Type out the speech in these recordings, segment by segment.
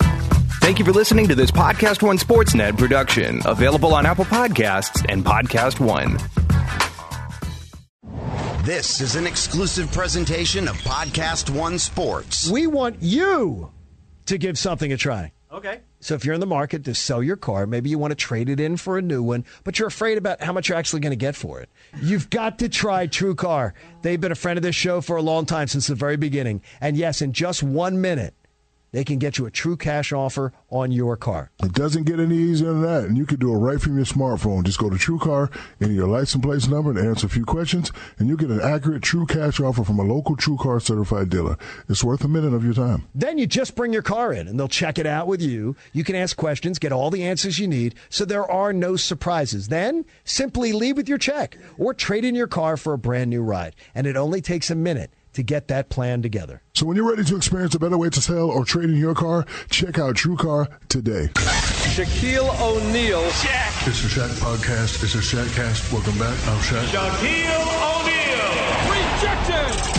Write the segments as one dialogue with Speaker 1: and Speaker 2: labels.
Speaker 1: Thank you for listening to this Podcast One Sportsnet production, available on Apple Podcasts and Podcast One.
Speaker 2: This is an exclusive presentation of Podcast One Sports.
Speaker 3: We want you to give something a try.
Speaker 4: Okay.
Speaker 3: So if you're in the market to sell your car, maybe you want to trade it in for a new one, but you're afraid about how much you're actually going to get for it. You've got to try True Car. They've been a friend of this show for a long time since the very beginning. And yes, in just one minute, they can get you a true cash offer on your car.
Speaker 5: It doesn't get any easier than that, and you can do it right from your smartphone. Just go to TrueCar, enter your license plate number, and answer a few questions, and you get an accurate true cash offer from a local TrueCar certified dealer. It's worth a minute of your time.
Speaker 3: Then you just bring your car in, and they'll check it out with you. You can ask questions, get all the answers you need, so there are no surprises. Then simply leave with your check or trade in your car for a brand new ride, and it only takes a minute to get that plan together.
Speaker 5: So when you're ready to experience a better way to sell or trade in your car, check out TrueCar today.
Speaker 6: Shaquille O'Neal. Shaq.
Speaker 5: It's a Shaq podcast. It's a Shaqcast. Welcome back. I'm Shaq.
Speaker 6: Shaquille O'Neal. Rejected.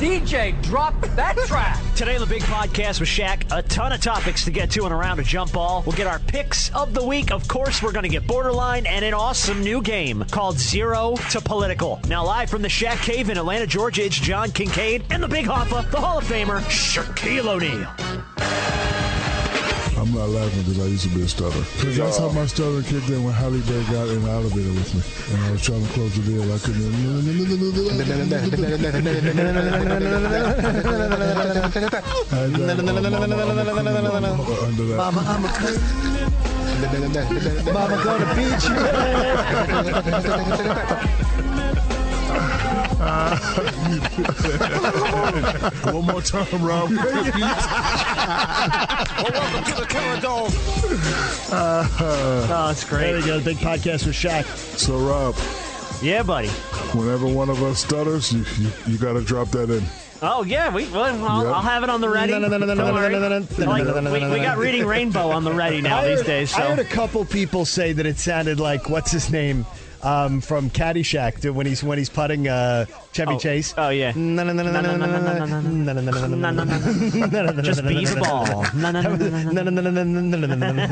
Speaker 7: DJ, drop that track.
Speaker 8: Today on the big podcast with Shaq, a ton of topics to get to and around a jump ball. We'll get our picks of the week. Of course, we're going to get borderline and an awesome new game called Zero to Political. Now, live from the Shaq Cave in Atlanta, Georgia, it's John Kincaid and the Big Hoffa, the Hall of Famer, Shaquille O'Neal.
Speaker 5: I'm not laughing because I used to be a stutter. Because that's how my stutter kicked in when Halle Berry got in the elevator with me. And I was trying to close the deal. I couldn't. Under that.
Speaker 3: Mama, I'm a Mama gonna beat you.
Speaker 5: One more time, Rob.
Speaker 6: Well, welcome to the killer dome.
Speaker 8: Oh, it's
Speaker 3: There
Speaker 8: great.
Speaker 3: you go, the big podcast with Shaq.
Speaker 5: so, Rob,
Speaker 8: Yeah, buddy.
Speaker 5: whenever one of us stutters, you, you, you got to drop that in.
Speaker 8: Oh, yeah. We, well, I'll,
Speaker 5: Yep.
Speaker 8: I'll have it on the ready.
Speaker 3: No, no, no, no, no,
Speaker 8: Don't
Speaker 3: no,
Speaker 8: worry.
Speaker 3: no, no, no, no,
Speaker 8: Like,
Speaker 3: no, no,
Speaker 8: we,
Speaker 3: no,
Speaker 8: we
Speaker 3: no,
Speaker 8: got
Speaker 3: no.
Speaker 8: Reading Rainbow on the ready now
Speaker 3: I
Speaker 8: these
Speaker 3: heard-
Speaker 8: days. So.
Speaker 3: I heard a couple people say that it sounded like what's his name um, from Caddyshack to when he's when he's putting uh, Chevy
Speaker 8: Oh,
Speaker 3: Chase.
Speaker 8: oh, yeah.
Speaker 3: Just
Speaker 8: Just baseball. No, no, no, no, no, no.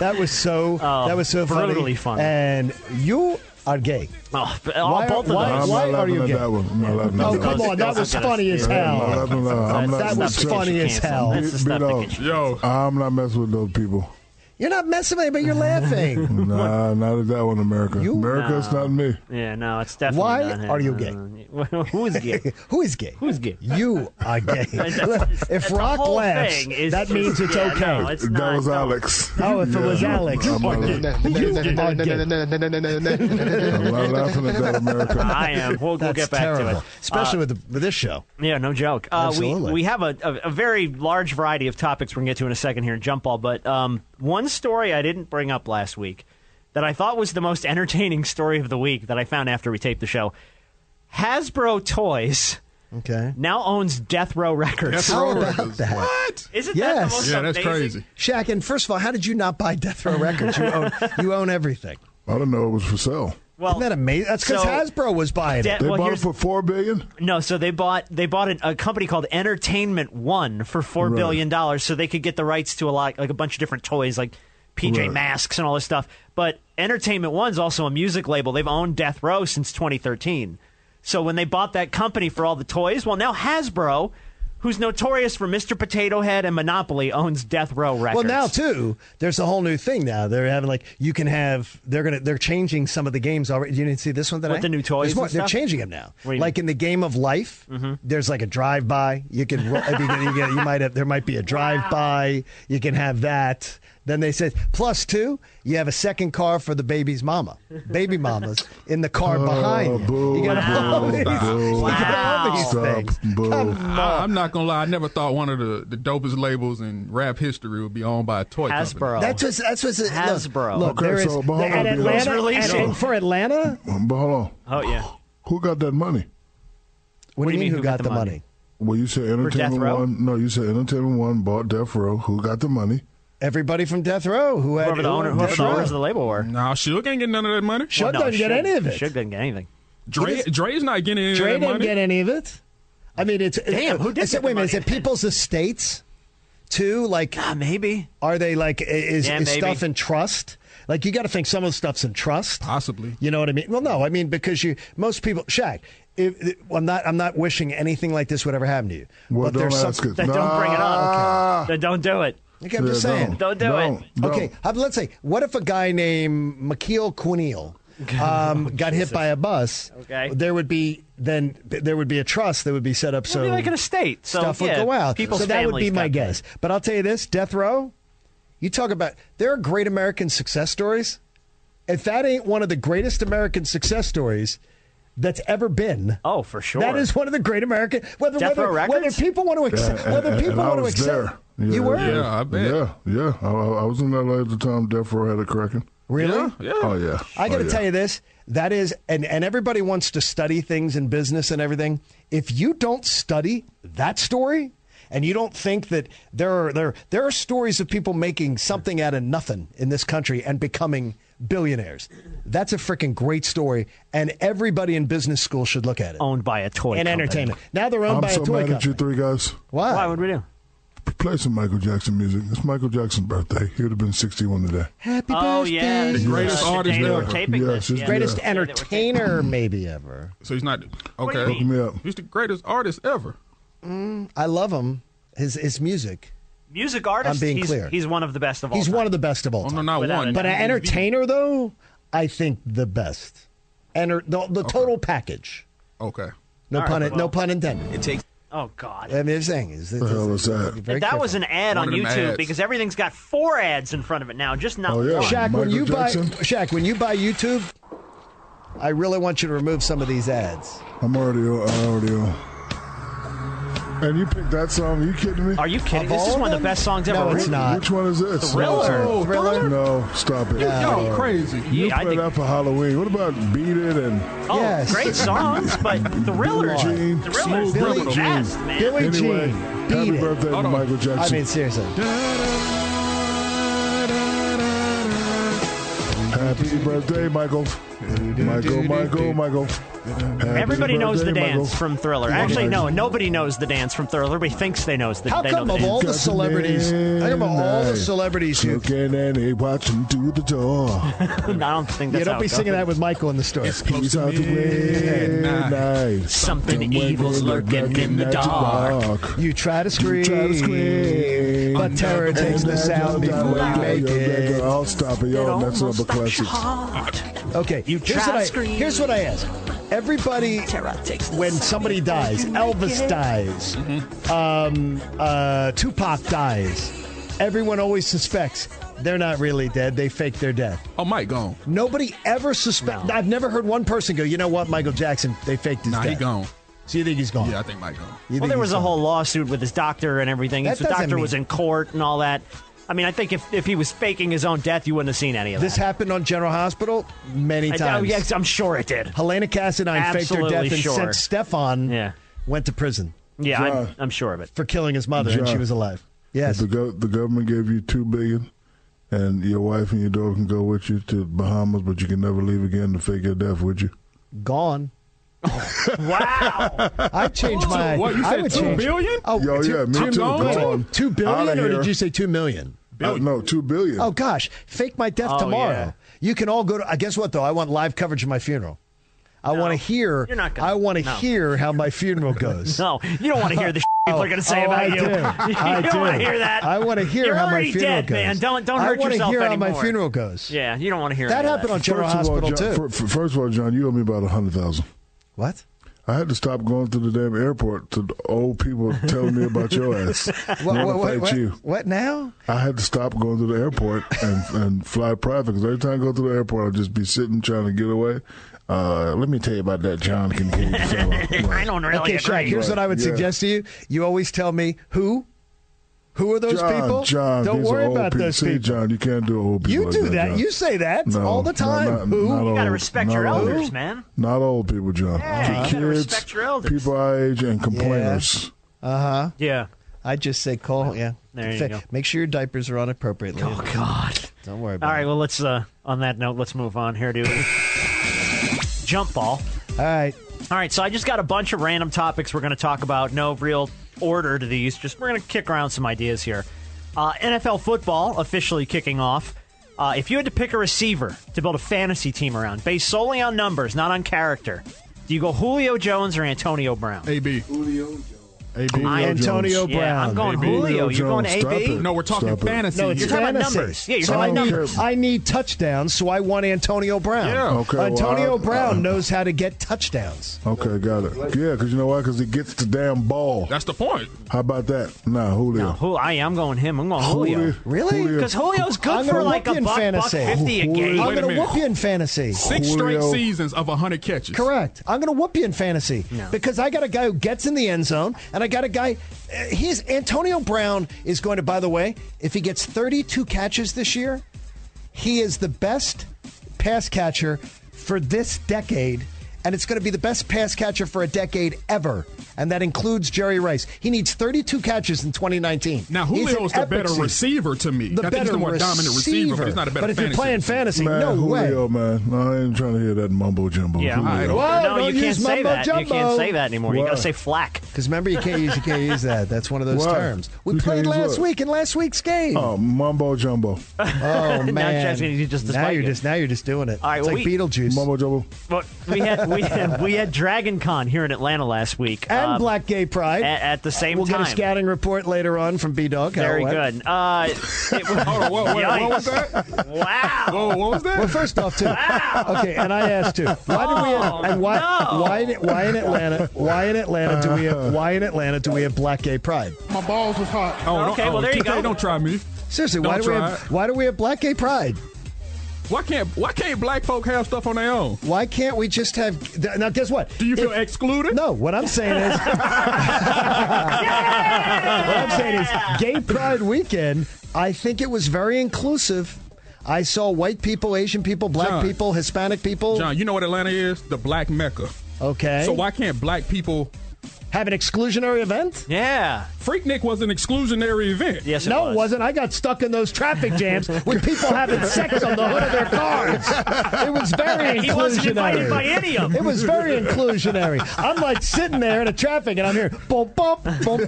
Speaker 3: That was so. That was so funny.
Speaker 8: brutally funny.
Speaker 3: And you are gay.
Speaker 8: Oh, but-
Speaker 3: Why
Speaker 8: oh,
Speaker 3: are-
Speaker 8: both of
Speaker 3: why-
Speaker 8: those.
Speaker 5: I'm
Speaker 3: why-
Speaker 5: not
Speaker 3: are
Speaker 5: laughing
Speaker 3: you
Speaker 5: at
Speaker 3: gay?
Speaker 5: that one. I'm not laughing
Speaker 3: Oh
Speaker 5: at
Speaker 3: come
Speaker 5: that one.
Speaker 3: on, that was funny as
Speaker 5: I'm not
Speaker 3: hell.
Speaker 5: laughing at that. I'm not
Speaker 3: That was
Speaker 5: messing-
Speaker 3: funny as hell.
Speaker 8: That's the stuff that
Speaker 5: B-Dog,
Speaker 8: gets
Speaker 5: Yo, I'm not messing with those people.
Speaker 3: You're not messing with anybody. You're laughing.
Speaker 5: Nah, not at that one, America.
Speaker 3: You-
Speaker 5: America's not me.
Speaker 8: Yeah, no, it's definitely.
Speaker 3: Why
Speaker 8: not him.
Speaker 3: are you
Speaker 8: Uh, Who's gay?
Speaker 3: Who is gay?
Speaker 8: Who's gay?
Speaker 3: You are gay. if
Speaker 8: the
Speaker 3: Rock
Speaker 8: whole
Speaker 3: laughs,
Speaker 8: thing is-
Speaker 3: that means it's
Speaker 8: yeah,
Speaker 3: okay.
Speaker 8: no, it's
Speaker 5: That
Speaker 8: not,
Speaker 5: was
Speaker 8: no.
Speaker 5: Alex.
Speaker 3: Oh, if it was
Speaker 5: Yeah,
Speaker 3: Alex.
Speaker 5: I'm not, I'm not laughing at that, America.
Speaker 8: I am. We'll, we'll
Speaker 3: That's
Speaker 8: get back
Speaker 3: terrible,
Speaker 8: to it. Uh,
Speaker 3: especially with, the, with this show.
Speaker 8: Yeah, no joke. Uh, we
Speaker 3: Absolutely.
Speaker 8: we have a, a, a very large variety of topics we're gonna get to in a second here in jump ball, but um, one story I didn't bring up last week that I thought was the most entertaining story of the week that I found after we taped the show. Hasbro Toys
Speaker 3: Okay.
Speaker 8: now owns Death Row Records.
Speaker 3: How about that?
Speaker 8: Isn't that the
Speaker 3: Yes.
Speaker 8: most
Speaker 3: Yeah,
Speaker 8: amazing?
Speaker 3: Shaq, and first of all, how did you not buy Death Row Records? You own, you own everything.
Speaker 5: I didn't know it was for sale.
Speaker 8: Well,
Speaker 3: Isn't that amazing? That's because
Speaker 8: so-
Speaker 3: Hasbro was buying
Speaker 8: De-
Speaker 3: it.
Speaker 5: They
Speaker 8: well,
Speaker 5: bought it
Speaker 8: here's-
Speaker 5: for four billion.
Speaker 8: No, so they bought they bought an, a company called Entertainment One for four
Speaker 5: Right.
Speaker 8: billion dollars, so they could get the rights to a lot like a bunch of different toys, like PJ
Speaker 5: Right.
Speaker 8: Masks and all this stuff. But Entertainment One's also a music label. They've owned Death Row since 2013. So when they bought that company for all the toys, well, now Hasbro, who's notorious for Mr. Potato Head and Monopoly, owns Death Row
Speaker 3: Well,
Speaker 8: Records.
Speaker 3: now too, there's a whole new thing now. They're having like you can have. They're gonna. They're changing some of the games already. You didn't see this one today.
Speaker 8: the new toys
Speaker 3: There's more-
Speaker 8: and
Speaker 3: they're
Speaker 8: stuff?
Speaker 3: changing them now.
Speaker 8: What do you Mm-hmm.
Speaker 3: Like in the game of life, there's like a drive by. You can. ro- if you, get, you, get, you might have. There might be a drive by. You can have that. Then they said plus two. You have a second car for the baby's mama, baby mamas in the car behind. you.
Speaker 5: Uh, Oh, boo,
Speaker 3: you got all
Speaker 5: boo,
Speaker 3: these,
Speaker 5: boo,
Speaker 3: you got all these
Speaker 5: stop,
Speaker 3: things.
Speaker 5: boo.
Speaker 3: Come
Speaker 9: I, I'm not gonna lie. I never thought one of the, the dopest labels in rap history would be owned by a toy
Speaker 8: Hasbro.
Speaker 9: company.
Speaker 3: That's what's that's what's look,
Speaker 8: Hasbro.
Speaker 3: Look,
Speaker 5: Okay,
Speaker 3: there is
Speaker 5: so Bahama
Speaker 3: at
Speaker 5: Beans.
Speaker 3: Atlanta,
Speaker 8: Release
Speaker 3: and-
Speaker 8: it.
Speaker 3: and for Atlanta.
Speaker 5: But hold on,
Speaker 8: Oh yeah.
Speaker 5: who got that money?
Speaker 3: What, do you mean? Who got, the money?
Speaker 5: Well, you said
Speaker 8: Death
Speaker 5: Entertainment
Speaker 8: Row?
Speaker 5: One. No, you said Entertainment One bought Death Row. Who got the money?
Speaker 3: Everybody from Death Row who had
Speaker 8: Whoever the owner, whoever
Speaker 3: Death
Speaker 8: the
Speaker 3: Row.
Speaker 8: owners of the label were.
Speaker 9: Nah, Suge ain't getting none of that money.
Speaker 3: Shug
Speaker 8: No,
Speaker 3: doesn't get
Speaker 8: Suge-
Speaker 3: any of it.
Speaker 8: Suge doesn't get anything.
Speaker 9: Dre, Dre's not getting any
Speaker 3: Dre
Speaker 9: of that
Speaker 3: didn't
Speaker 9: money.
Speaker 3: get any of it. I mean, it's damn.
Speaker 8: who did
Speaker 3: Is it,
Speaker 8: get
Speaker 3: wait a
Speaker 8: the
Speaker 3: minute? Is
Speaker 8: money?
Speaker 3: it People's Estates? too? Like,
Speaker 8: Ah, maybe.
Speaker 3: are they like i- is,
Speaker 8: Yeah,
Speaker 3: is
Speaker 8: maybe.
Speaker 3: stuff in trust? Like, you got to think some of the stuff's in trust.
Speaker 9: Possibly.
Speaker 3: You know what I mean? Well, no, I mean because you most people, Shaq. If, if- I'm not. I'm not wishing anything like this would ever happen to you.
Speaker 5: Well,
Speaker 3: but
Speaker 5: don't
Speaker 3: there's some-
Speaker 5: ask it.
Speaker 8: Then don't bring it
Speaker 5: Nah.
Speaker 8: up. Then don't do it.
Speaker 3: Like, I'm just
Speaker 5: Yeah,
Speaker 3: saying.
Speaker 8: Don't do it.
Speaker 5: don't.
Speaker 3: Okay, uh, let's say, what if a guy named Makeel Quineel um, got hit by a bus?
Speaker 8: Oh, Okay.
Speaker 3: there would be then there would be a trust that would be set up so
Speaker 8: It'd be like an estate. So,
Speaker 3: stuff
Speaker 8: yeah,
Speaker 3: would go out.
Speaker 8: People's
Speaker 3: so that would be
Speaker 8: families
Speaker 3: my
Speaker 8: got-
Speaker 3: guess. But I'll tell you this, death row. You talk about there are great American success stories. If that ain't one of the greatest American success stories that's ever been,
Speaker 8: Oh, for sure.
Speaker 3: that is one of the great American. Whether
Speaker 8: Death
Speaker 3: whether,
Speaker 8: Row
Speaker 3: whether
Speaker 8: Records?
Speaker 3: people want to accept,
Speaker 5: And-
Speaker 3: whether
Speaker 5: and-
Speaker 3: people
Speaker 5: and I
Speaker 3: want to
Speaker 5: was
Speaker 3: accept,
Speaker 5: there.
Speaker 3: you were
Speaker 9: Yeah, I bet.
Speaker 5: Yeah, yeah. I, I I was in LA at the time. Death Row had a cracking.
Speaker 3: really.
Speaker 9: Yeah.
Speaker 5: Oh yeah.
Speaker 3: I got to
Speaker 5: oh, yeah.
Speaker 3: tell you this. That is, and, and everybody wants to study things in business and everything. If you don't study that story, and you don't think that there are there there are stories of people making something out of nothing in this country and becoming billionaires, that's a freaking great story, and everybody in business school should look at it.
Speaker 8: owned by a toy
Speaker 3: and
Speaker 8: company.
Speaker 3: entertainment. Now they're owned
Speaker 5: I'm
Speaker 3: by
Speaker 5: so
Speaker 3: a toy
Speaker 5: mad at you
Speaker 3: company.
Speaker 5: three guys.
Speaker 3: Why?
Speaker 8: Why would we do?
Speaker 5: Play some Michael Jackson music. It's Michael Jackson's birthday. He would have been 61 today.
Speaker 3: Happy
Speaker 8: Oh
Speaker 3: birthday!
Speaker 8: yeah,
Speaker 9: The greatest
Speaker 8: uh,
Speaker 9: artist
Speaker 8: the day they were
Speaker 9: ever.
Speaker 8: taping
Speaker 5: Yes,
Speaker 8: this.
Speaker 5: it's
Speaker 8: yeah.
Speaker 3: Greatest
Speaker 8: Yeah, they were taping-
Speaker 3: entertainer, maybe ever.
Speaker 9: So he's not
Speaker 8: do you
Speaker 9: okay.
Speaker 8: mean?
Speaker 5: me up.
Speaker 9: He's the greatest artist ever.
Speaker 3: I love him. His his music.
Speaker 8: Music artist.
Speaker 3: I'm being
Speaker 8: he's,
Speaker 3: clear.
Speaker 8: He's one of the best of all.
Speaker 3: He's
Speaker 8: time.
Speaker 3: one of the best of all
Speaker 9: Oh
Speaker 3: time.
Speaker 9: no, not
Speaker 8: Without a
Speaker 9: one.
Speaker 8: doubt.
Speaker 3: But an entertainer, though, I think the best. Enter the, the total package.
Speaker 9: Okay.
Speaker 3: No
Speaker 8: All right,
Speaker 3: pun.
Speaker 8: well-
Speaker 3: no pun intended.
Speaker 2: It takes
Speaker 8: Oh God.
Speaker 3: I mean, I'm saying is
Speaker 5: The hell is that?
Speaker 8: that was an ad
Speaker 9: One
Speaker 8: on
Speaker 9: of them
Speaker 8: YouTube
Speaker 9: ads.
Speaker 8: because everything's got four ads in front of it now, just not
Speaker 5: Oh, yeah.
Speaker 8: one.
Speaker 3: Shaq. When
Speaker 5: Michael
Speaker 3: you buy
Speaker 5: Jackson?
Speaker 3: Shaq, when you buy YouTube, I really want you to remove some of these ads.
Speaker 5: I'm already on. I'm already on. And you picked that song? Are you kidding me?
Speaker 8: Are you kidding?
Speaker 3: Of
Speaker 8: This is
Speaker 3: all
Speaker 8: one of
Speaker 3: them?
Speaker 8: the best songs ever.
Speaker 3: No, it's
Speaker 8: written.
Speaker 3: not.
Speaker 5: Which one is this?
Speaker 8: Thriller.
Speaker 5: No,
Speaker 9: Thriller?
Speaker 5: No, stop it.
Speaker 9: Y'all crazy.
Speaker 5: You
Speaker 8: Yeah, I
Speaker 5: play
Speaker 8: think-
Speaker 5: that for Halloween. What about Beat It and
Speaker 8: Oh,
Speaker 3: Yes.
Speaker 8: great songs, but thrillers,
Speaker 5: Gene,
Speaker 8: thrillers,
Speaker 9: Smooth
Speaker 8: they're
Speaker 9: Criminal.
Speaker 8: the best, man.
Speaker 3: Billy
Speaker 5: Anyway,
Speaker 3: Jean,
Speaker 5: happy
Speaker 3: beat it.
Speaker 5: birthday
Speaker 9: Hold
Speaker 5: to
Speaker 9: on.
Speaker 5: Michael Jackson.
Speaker 3: I mean, seriously.
Speaker 5: Happy birthday, Michael. Michael, Michael, Michael. Happy
Speaker 8: Everybody knows the
Speaker 5: birthday,
Speaker 8: dance
Speaker 5: Michael.
Speaker 8: from Thriller. Actually, no, nobody knows the dance from Thriller. Everybody thinks they knows the.
Speaker 3: How
Speaker 8: they
Speaker 3: come
Speaker 8: know
Speaker 3: of
Speaker 8: the
Speaker 3: all
Speaker 8: dance.
Speaker 3: the
Speaker 5: Got
Speaker 3: celebrities?
Speaker 5: the
Speaker 3: How come of all the
Speaker 5: name.
Speaker 3: celebrities who?
Speaker 5: Looking and he watching through the door.
Speaker 8: I don't think that's
Speaker 3: Yeah,
Speaker 8: how
Speaker 3: don't be
Speaker 8: it
Speaker 3: singing
Speaker 8: goes.
Speaker 3: that with Michael in the story.
Speaker 5: He's out the way night.
Speaker 8: Something evil's lurking in the dark.
Speaker 3: You try to scream,
Speaker 5: Try to scream,
Speaker 3: but terror takes the sound before you make it.
Speaker 5: I'll stop it. Y'all messing up a classic.
Speaker 3: Okay,
Speaker 8: You
Speaker 3: here's,
Speaker 8: try
Speaker 3: what I,
Speaker 8: scream.
Speaker 3: here's what I ask. Everybody, when somebody dies, Elvis
Speaker 8: Mm-hmm.
Speaker 3: dies, um, uh, Tupac dies, everyone always suspects they're not really dead. They faked their death.
Speaker 9: Oh, Mike gone.
Speaker 3: Nobody ever suspect. I've never heard one person go, you know what, Michael Jackson, they faked his
Speaker 9: Nah,
Speaker 3: death.
Speaker 9: he gone.
Speaker 3: So you think he's gone?
Speaker 9: Yeah, I think Mike gone.
Speaker 3: You
Speaker 8: Well,
Speaker 3: think
Speaker 8: there
Speaker 3: he's
Speaker 8: was a
Speaker 3: gone?
Speaker 8: whole lawsuit with his doctor and everything.
Speaker 3: That
Speaker 8: the
Speaker 3: doesn't
Speaker 8: doctor was
Speaker 3: mean-
Speaker 8: in court and all that. I mean, I think if, if he was faking his own death, you wouldn't have seen any of
Speaker 3: This
Speaker 8: that.
Speaker 3: happened on General Hospital many
Speaker 8: I, oh,
Speaker 3: times.
Speaker 8: yes, I'm sure it did.
Speaker 3: Helena Cassidine faked her
Speaker 8: Absolutely
Speaker 3: death and
Speaker 8: sure.
Speaker 3: sent Stefan
Speaker 8: Yeah.
Speaker 3: went to prison
Speaker 8: Yeah,
Speaker 5: Yeah.
Speaker 8: I'm, I'm sure of it.
Speaker 3: for killing his mother, and
Speaker 5: Yeah.
Speaker 3: she was alive. Yes.
Speaker 5: The, go- the government gave you two billion, and your wife and your daughter can go with you to Bahamas, but you can never leave again to fake your death, would you?
Speaker 3: gone.
Speaker 8: Wow.
Speaker 3: I changed my.
Speaker 9: What, you
Speaker 3: I
Speaker 9: said
Speaker 3: would
Speaker 9: two
Speaker 3: change.
Speaker 9: billion?
Speaker 3: Oh,
Speaker 5: Yo,
Speaker 3: two-
Speaker 5: yeah, me
Speaker 9: two
Speaker 5: too.
Speaker 9: billion?
Speaker 5: Gone.
Speaker 3: two billion,
Speaker 5: Outta
Speaker 3: or
Speaker 5: here.
Speaker 3: did you say two million?
Speaker 5: Uh, no, two billion.
Speaker 3: Oh gosh, fake my death
Speaker 8: Oh,
Speaker 3: tomorrow.
Speaker 8: yeah.
Speaker 3: You can all go to. I guess what though? I want live coverage of my funeral. I want to hear.
Speaker 8: you're not gonna-
Speaker 3: I want to
Speaker 8: no.
Speaker 3: hear how my funeral goes.
Speaker 8: no, you don't want to hear the shit people are going to say
Speaker 3: oh,
Speaker 8: about
Speaker 3: I
Speaker 8: you.
Speaker 3: do.
Speaker 8: you
Speaker 3: I
Speaker 8: don't
Speaker 3: do.
Speaker 8: want to hear that.
Speaker 3: I want to hear
Speaker 8: You're
Speaker 3: how my
Speaker 8: already
Speaker 3: funeral
Speaker 8: dead,
Speaker 3: goes.
Speaker 8: man. Don't don't
Speaker 3: I
Speaker 8: hurt
Speaker 3: wanna
Speaker 8: yourself
Speaker 3: hear
Speaker 8: anymore.
Speaker 3: how my funeral goes.
Speaker 8: Yeah, you don't want to hear
Speaker 3: That
Speaker 8: any of
Speaker 3: happened on
Speaker 5: First
Speaker 3: General
Speaker 5: of all,
Speaker 3: Hospital too.
Speaker 5: John- fir- first of all, John, you owe me about a hundred thousand.
Speaker 3: What?
Speaker 5: I had to stop going to the damn airport to the old people telling me about your ass.
Speaker 3: What?
Speaker 5: Wanna
Speaker 3: What? What?
Speaker 5: fight
Speaker 3: what,
Speaker 5: you.
Speaker 3: what now?
Speaker 5: I had to stop going to the airport and, and fly private because every time I go to the airport, I'll just be sitting trying to get away. Uh, let me tell you about that John Kincaid fellow.
Speaker 8: I don't really
Speaker 3: Okay,
Speaker 8: agree.
Speaker 3: Shaq, here's what I would
Speaker 5: Yeah.
Speaker 3: suggest to you. You always tell me who. Who are those
Speaker 5: John,
Speaker 3: people?
Speaker 5: John,
Speaker 3: Don't
Speaker 5: these
Speaker 3: worry
Speaker 5: are old
Speaker 3: about
Speaker 5: people.
Speaker 3: those
Speaker 5: See,
Speaker 3: people.
Speaker 5: John, you can't do old people.
Speaker 3: You
Speaker 5: like
Speaker 3: do
Speaker 5: that,
Speaker 3: that.
Speaker 5: John.
Speaker 3: You say that
Speaker 5: No,
Speaker 3: all the
Speaker 5: no,
Speaker 3: time.
Speaker 5: not-
Speaker 3: Who?
Speaker 5: not
Speaker 8: you got
Speaker 5: old-
Speaker 8: to respect
Speaker 5: not
Speaker 8: your
Speaker 5: old-
Speaker 8: elders, man.
Speaker 5: Not old people, John.
Speaker 8: Yeah, you
Speaker 5: Kids,
Speaker 8: gotta respect your elders.
Speaker 5: people our age, and complainers.
Speaker 8: Yeah.
Speaker 3: I just say call. Yeah.
Speaker 8: There you
Speaker 3: Fa-
Speaker 8: go.
Speaker 3: Make sure your diapers are on appropriately.
Speaker 8: Oh God.
Speaker 3: Don't worry
Speaker 8: All
Speaker 3: about
Speaker 8: right.
Speaker 3: it.
Speaker 8: Well, let's. uh On that note, let's move on here to jump ball.
Speaker 3: All right.
Speaker 8: All right, so I just got a bunch of random topics we're going to talk about. No real order to these. Just we're gonna kick around some ideas here. Uh, NFL football officially kicking off. Uh, if you had to pick a receiver to build a fantasy team around, based solely on numbers, not on character, do you go Julio Jones or Antonio Brown?
Speaker 9: AB. AB.
Speaker 8: I-
Speaker 3: Antonio
Speaker 8: Yeah,
Speaker 3: Brown.
Speaker 8: I'm going
Speaker 9: AB.
Speaker 8: Julio.
Speaker 9: Julio
Speaker 8: You're going
Speaker 5: Jones,
Speaker 8: AB.
Speaker 5: stop
Speaker 9: No, we're talking
Speaker 5: Stop it.
Speaker 9: fantasy.
Speaker 8: No, it's
Speaker 9: You're
Speaker 8: talking about
Speaker 3: fantasy.
Speaker 8: numbers. Yeah, you're
Speaker 3: So
Speaker 8: talking about
Speaker 3: I need-
Speaker 8: numbers.
Speaker 3: I need touchdowns, so I want Antonio Brown.
Speaker 9: Yeah.
Speaker 5: Okay, well,
Speaker 3: Antonio
Speaker 5: I- uh,
Speaker 3: Brown
Speaker 5: I-
Speaker 3: knows how to get touchdowns.
Speaker 5: Okay, got it. Yeah, because you know why? Because he gets the damn ball.
Speaker 9: That's the point.
Speaker 5: How about that? Nah, Julio.
Speaker 8: No, who I am going him. I'm going
Speaker 5: Julio.
Speaker 8: Julio.
Speaker 3: Really?
Speaker 5: Julio.
Speaker 8: Because Julio's good
Speaker 3: I'm
Speaker 8: for
Speaker 3: gonna
Speaker 8: like
Speaker 3: whoop
Speaker 8: a
Speaker 3: you in
Speaker 8: buck, buck
Speaker 3: fantasy.
Speaker 8: fifty a game.
Speaker 9: Wait
Speaker 3: I'm
Speaker 9: a
Speaker 3: going to
Speaker 9: minute.
Speaker 3: whoop you in fantasy.
Speaker 9: Six straight
Speaker 5: Julio.
Speaker 9: seasons of 100 catches.
Speaker 3: Correct. I'm going to whoop you in fantasy because I got a guy who gets in the end zone, and I got a guy. uh, He's Antonio Brown is going to. By the way, if he gets 32 catches this year, he is the best pass catcher for this decade, and it's going to be the best pass catcher for a decade ever, and that includes Jerry Rice. He needs 32 catches in 2019.
Speaker 9: Now,
Speaker 3: He's an
Speaker 9: Julio's the
Speaker 3: epic
Speaker 9: better
Speaker 3: season.
Speaker 9: receiver to me.
Speaker 3: The
Speaker 9: I think
Speaker 3: better
Speaker 9: he's the more dominant receiver, but he's not a better
Speaker 3: But if
Speaker 9: fantasy.
Speaker 3: you're playing fantasy,
Speaker 5: Man,
Speaker 3: no way.
Speaker 5: Julio, man. No, I ain't trying to hear that mumbo jumbo.
Speaker 8: Yeah,
Speaker 5: Julio.
Speaker 9: I don't-
Speaker 3: Whoa,
Speaker 8: no,
Speaker 3: don't
Speaker 8: you can't
Speaker 3: use
Speaker 8: say
Speaker 3: mumbo
Speaker 8: that. You
Speaker 3: jumbo.
Speaker 8: can't say that anymore. You
Speaker 5: Why?
Speaker 8: got to say flack.
Speaker 3: Because remember, you can't use you can't use that. That's one of those
Speaker 5: Why?
Speaker 3: terms. We
Speaker 5: You can't
Speaker 3: played
Speaker 5: use
Speaker 3: last
Speaker 5: what?
Speaker 3: week in last week's game. Oh,
Speaker 5: Oh, mumbo jumbo.
Speaker 3: man!
Speaker 8: Jackson, you just
Speaker 3: now
Speaker 8: despite
Speaker 3: you're
Speaker 8: it.
Speaker 3: just now you're just doing it.
Speaker 8: All right,
Speaker 3: it's
Speaker 8: well,
Speaker 3: like
Speaker 8: we-
Speaker 3: Beetlejuice
Speaker 5: mumbo jumbo.
Speaker 8: But we had we had, we had Dragon Con here in Atlanta last week.
Speaker 3: and
Speaker 8: Um,
Speaker 3: Black Gay Pride
Speaker 8: at- at the same
Speaker 3: We'll
Speaker 8: time.
Speaker 3: get a scouting report later on from B Dog.
Speaker 8: Very good. Uh, it was,
Speaker 9: Hold on, what, what- what was
Speaker 8: Yikes.
Speaker 9: that?
Speaker 8: wow.
Speaker 9: Whoa, what was that?
Speaker 3: Well, first off, too. Okay, and I asked too. Why did
Speaker 8: Oh,
Speaker 3: we? And why?
Speaker 8: no.
Speaker 3: Why? in- Why in Atlanta? Why in Atlanta do we? Have, why in Atlanta do we have Black Gay Pride?
Speaker 9: My balls was hot. Oh,
Speaker 8: Okay,
Speaker 9: don't, oh,
Speaker 8: well, there you go.
Speaker 9: Don't try me.
Speaker 3: Seriously, why
Speaker 9: Don't
Speaker 3: do we
Speaker 9: try
Speaker 3: have?
Speaker 9: it.
Speaker 3: Why do we have Black Gay Pride?
Speaker 9: Why can't why can't black folk have stuff on their own?
Speaker 3: Why can't we just have? Now, guess what?
Speaker 9: Do you feel
Speaker 3: If-
Speaker 9: excluded?
Speaker 3: No, what I'm saying is, what I'm saying is, Gay Pride Weekend. I think it was very inclusive. I saw white people, Asian people, black
Speaker 9: John.
Speaker 3: people, Hispanic people.
Speaker 9: John, you know what Atlanta is? The black mecca.
Speaker 3: Okay,
Speaker 9: So why can't black people?
Speaker 3: have an exclusionary event?
Speaker 8: Yeah.
Speaker 9: Freaknik was an exclusionary event.
Speaker 8: Yes, it
Speaker 3: no,
Speaker 8: was.
Speaker 3: it wasn't. I got stuck in those traffic jams with people having sex on the hood of their cars. It was very inclusionary.
Speaker 8: He wasn't invited by any of
Speaker 3: It
Speaker 8: them.
Speaker 3: was very inclusionary. I'm like sitting there in the traffic, and I'm here, bump, bump, bump, bump,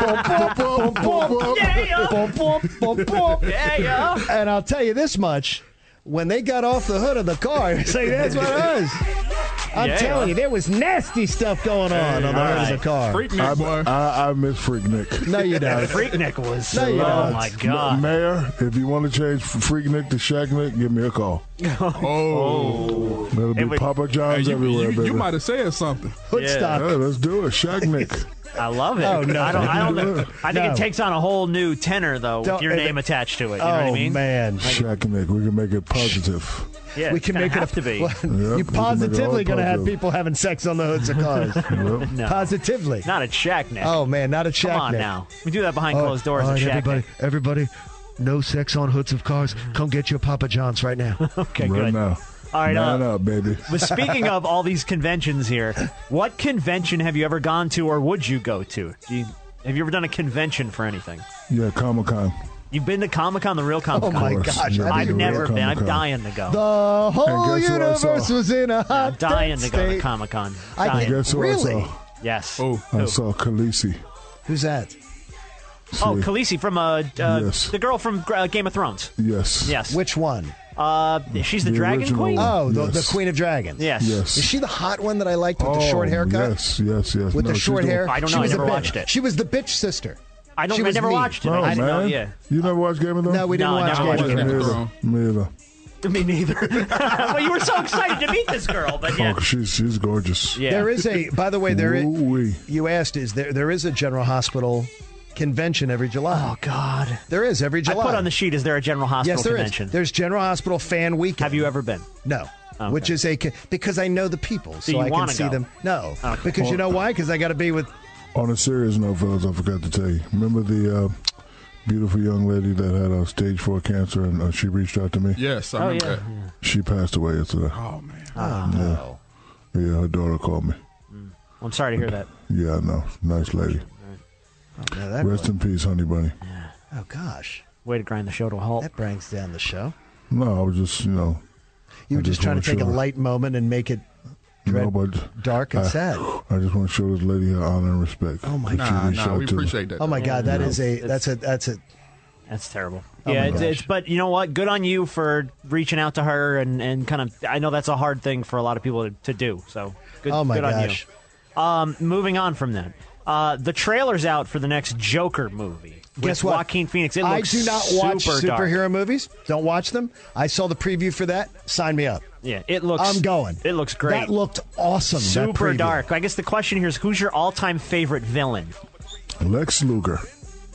Speaker 3: bump, bump, bump, bump,
Speaker 8: Yeah.
Speaker 3: bump, bump, bump, bump.
Speaker 8: Yeah.
Speaker 3: And I'll tell you this much: when they got off the hood of the car, it's like that's what it is. I'm
Speaker 8: Yeah.
Speaker 3: telling you, there was nasty stuff going on on the hood of
Speaker 8: right.
Speaker 3: the car.
Speaker 5: I,
Speaker 9: Freaknik, boy.
Speaker 5: I, I miss Freaknik.
Speaker 3: No, you don't.
Speaker 8: Freaknik was.
Speaker 3: No, you
Speaker 8: oh
Speaker 3: don't.
Speaker 8: my god.
Speaker 5: Mayor, if you want to change Freaknik to Shacknik, give me a call.
Speaker 9: oh,
Speaker 5: That'll be
Speaker 8: Hey, wait.
Speaker 5: Papa
Speaker 9: Hey,
Speaker 5: John's
Speaker 9: you,
Speaker 5: everywhere,
Speaker 9: you,
Speaker 5: baby.
Speaker 9: you might have said something.
Speaker 3: Hood
Speaker 8: Yeah.
Speaker 3: stop.
Speaker 5: Hey, let's do it, Shacknik.
Speaker 8: I love it.
Speaker 3: Oh, no.
Speaker 8: I don't. I don't.
Speaker 5: No.
Speaker 8: I think
Speaker 3: No.
Speaker 8: it takes on a whole new tenor though,
Speaker 3: Don't-
Speaker 8: with your
Speaker 3: and
Speaker 8: name
Speaker 3: it-
Speaker 8: attached to it. You
Speaker 3: oh
Speaker 8: know what I mean?
Speaker 3: man,
Speaker 5: Shacknik, we can make it positive.
Speaker 8: Yeah,
Speaker 3: we
Speaker 8: it's
Speaker 3: can
Speaker 8: gonna
Speaker 3: make it
Speaker 8: have
Speaker 3: a-
Speaker 8: to be.
Speaker 3: Well,
Speaker 5: we
Speaker 3: you
Speaker 5: can make it all
Speaker 3: positively going to have
Speaker 5: positive.
Speaker 3: people having sex on the hoods of cars.
Speaker 5: Yep.
Speaker 8: No.
Speaker 3: Positively.
Speaker 8: Not at Shack Nick.
Speaker 3: Oh man, not a check.
Speaker 8: Come on
Speaker 3: Nick.
Speaker 8: now. We do that behind
Speaker 3: All right,
Speaker 8: closed doors
Speaker 3: all
Speaker 8: at
Speaker 3: right,
Speaker 8: Shack
Speaker 3: everybody,
Speaker 8: Nick.
Speaker 3: everybody, no sex on hoods of cars.
Speaker 8: Mm.
Speaker 3: Come get your Papa John's right now.
Speaker 8: Okay,
Speaker 5: right
Speaker 8: good.
Speaker 5: now.
Speaker 8: All right,
Speaker 5: Man
Speaker 8: uh,
Speaker 5: up, baby.
Speaker 8: But speaking of all these conventions here, what convention have you ever gone to or would you go to? Do you, have you ever done a convention for anything?
Speaker 5: Yeah, Comic Con.
Speaker 8: You've been to Comic Con, the real Comic Con.
Speaker 3: Oh, my
Speaker 5: course.
Speaker 3: gosh,
Speaker 5: Yeah,
Speaker 3: I
Speaker 5: the
Speaker 8: I've
Speaker 5: real
Speaker 8: never been. I'm
Speaker 5: Comic-Con.
Speaker 8: dying to go.
Speaker 3: the whole
Speaker 5: And guess who I saw?
Speaker 3: universe was in a
Speaker 8: I'm
Speaker 3: hot
Speaker 8: dying
Speaker 3: dead
Speaker 8: to go to
Speaker 3: state.
Speaker 8: Comic Con.
Speaker 3: I
Speaker 8: Dying.
Speaker 5: Guess who
Speaker 3: Really?
Speaker 5: I saw?
Speaker 8: Yes.
Speaker 9: Oh,
Speaker 5: I
Speaker 8: Who?
Speaker 5: saw Khaleesi.
Speaker 3: Who's that?
Speaker 8: Oh,
Speaker 5: See?
Speaker 8: Khaleesi from uh, uh
Speaker 5: Yes.
Speaker 8: the girl from uh, Game of Thrones.
Speaker 5: Yes.
Speaker 8: Yes.
Speaker 3: Which one?
Speaker 8: uh, she's the,
Speaker 5: The
Speaker 8: Dragon
Speaker 5: original
Speaker 8: Queen.
Speaker 5: one.
Speaker 3: Oh, the,
Speaker 5: Yes.
Speaker 3: the Queen of Dragons.
Speaker 8: Mm. Yes.
Speaker 5: Yes.
Speaker 3: Is she the hot one that I liked with
Speaker 5: oh,
Speaker 3: the short haircut?
Speaker 5: Yes, yes, yes.
Speaker 3: With
Speaker 5: No,
Speaker 3: the
Speaker 5: she's
Speaker 3: short
Speaker 5: doing-
Speaker 3: hair.
Speaker 8: I don't
Speaker 3: She
Speaker 8: know, I
Speaker 3: was the
Speaker 8: never
Speaker 3: bitch.
Speaker 8: watched it.
Speaker 3: She was the bitch sister.
Speaker 8: I don't.
Speaker 3: She
Speaker 8: I
Speaker 3: was
Speaker 8: never
Speaker 3: mean.
Speaker 8: watched it.
Speaker 5: Oh,
Speaker 8: I
Speaker 5: man.
Speaker 8: didn't know. Yeah.
Speaker 5: You never watched Game of Thrones?
Speaker 3: No, we didn't
Speaker 8: No,
Speaker 3: watch
Speaker 8: no,
Speaker 3: Game
Speaker 8: I
Speaker 3: of
Speaker 8: didn't.
Speaker 9: Game
Speaker 3: Thrones.
Speaker 9: of
Speaker 5: Neither.
Speaker 9: Thrones.
Speaker 5: Neither.
Speaker 8: Me neither. well, you were so excited to meet this girl, but yeah.
Speaker 5: Oh, she's she's gorgeous.
Speaker 8: Yeah.
Speaker 3: There is a. By the way, there is.
Speaker 5: Ooh-wee.
Speaker 3: You asked, is there? There is a General Hospital convention every July.
Speaker 8: Oh God.
Speaker 3: There is every
Speaker 8: I
Speaker 3: July.
Speaker 8: put on the sheet. Is there a General Hospital
Speaker 3: Yes, there is.
Speaker 8: convention?
Speaker 3: There's General Hospital Fan Weekend.
Speaker 8: Have you ever been?
Speaker 3: No.
Speaker 8: Okay.
Speaker 3: Which is a co- because I know the people, so,
Speaker 8: you
Speaker 3: I can
Speaker 8: wanna
Speaker 3: see
Speaker 8: go? Oh,
Speaker 3: them. No,
Speaker 8: Okay.
Speaker 3: because you know why? Because I got to be with.
Speaker 5: On a serious note, fellas, I forgot to tell you. Remember the uh, beautiful young lady that had a stage four cancer and uh, she reached out to me?
Speaker 9: Yes,
Speaker 8: Oh,
Speaker 9: I remember that.
Speaker 5: She passed away yesterday.
Speaker 9: Oh man.
Speaker 3: No.
Speaker 5: Yeah, her daughter called me.
Speaker 8: I'm sorry to hear that.
Speaker 5: Yeah, I know. Nice lady.
Speaker 3: No, that
Speaker 5: Rest
Speaker 3: really-
Speaker 5: in peace, honey bunny.
Speaker 3: oh gosh,
Speaker 8: Way to grind the show to a halt.
Speaker 3: that brings down the show.
Speaker 5: No, I was just, you know.
Speaker 3: You were
Speaker 5: I
Speaker 3: just
Speaker 5: just
Speaker 3: trying to
Speaker 5: wanna
Speaker 3: take a
Speaker 5: show her.
Speaker 3: light moment and make it
Speaker 5: You
Speaker 3: Dread-
Speaker 5: know, but
Speaker 3: dark and
Speaker 8: Uh,
Speaker 5: I-
Speaker 3: sad.
Speaker 5: I just want to show this lady her honor and respect. Oh
Speaker 3: my
Speaker 5: God,
Speaker 9: Nah, nah, we appreciate that.
Speaker 3: Oh my
Speaker 9: though.
Speaker 3: God, that is a that's a that's a
Speaker 8: That's terrible.
Speaker 3: Oh my
Speaker 8: yeah, it's,
Speaker 3: gosh.
Speaker 8: it's, but you know what? Good on you for reaching out to her and, and kind of. I know that's a hard thing for a lot of people to, to do. So good,
Speaker 3: Oh my
Speaker 8: good
Speaker 3: gosh.
Speaker 8: on you. Um, moving on from that, uh, the trailer's out for the next Joker movie. with
Speaker 3: Guess what?
Speaker 8: Joaquin Phoenix. It
Speaker 3: I
Speaker 8: looks
Speaker 3: do not watch
Speaker 8: super dark.
Speaker 3: superhero movies. Don't watch them. I saw the preview for that. Sign me up.
Speaker 8: Yeah, it looks.
Speaker 3: I'm going.
Speaker 8: It looks great.
Speaker 3: That looked awesome. that
Speaker 8: super
Speaker 3: preview.
Speaker 8: dark. I guess the question here is, who's your all-time favorite villain?
Speaker 5: Lex Luger.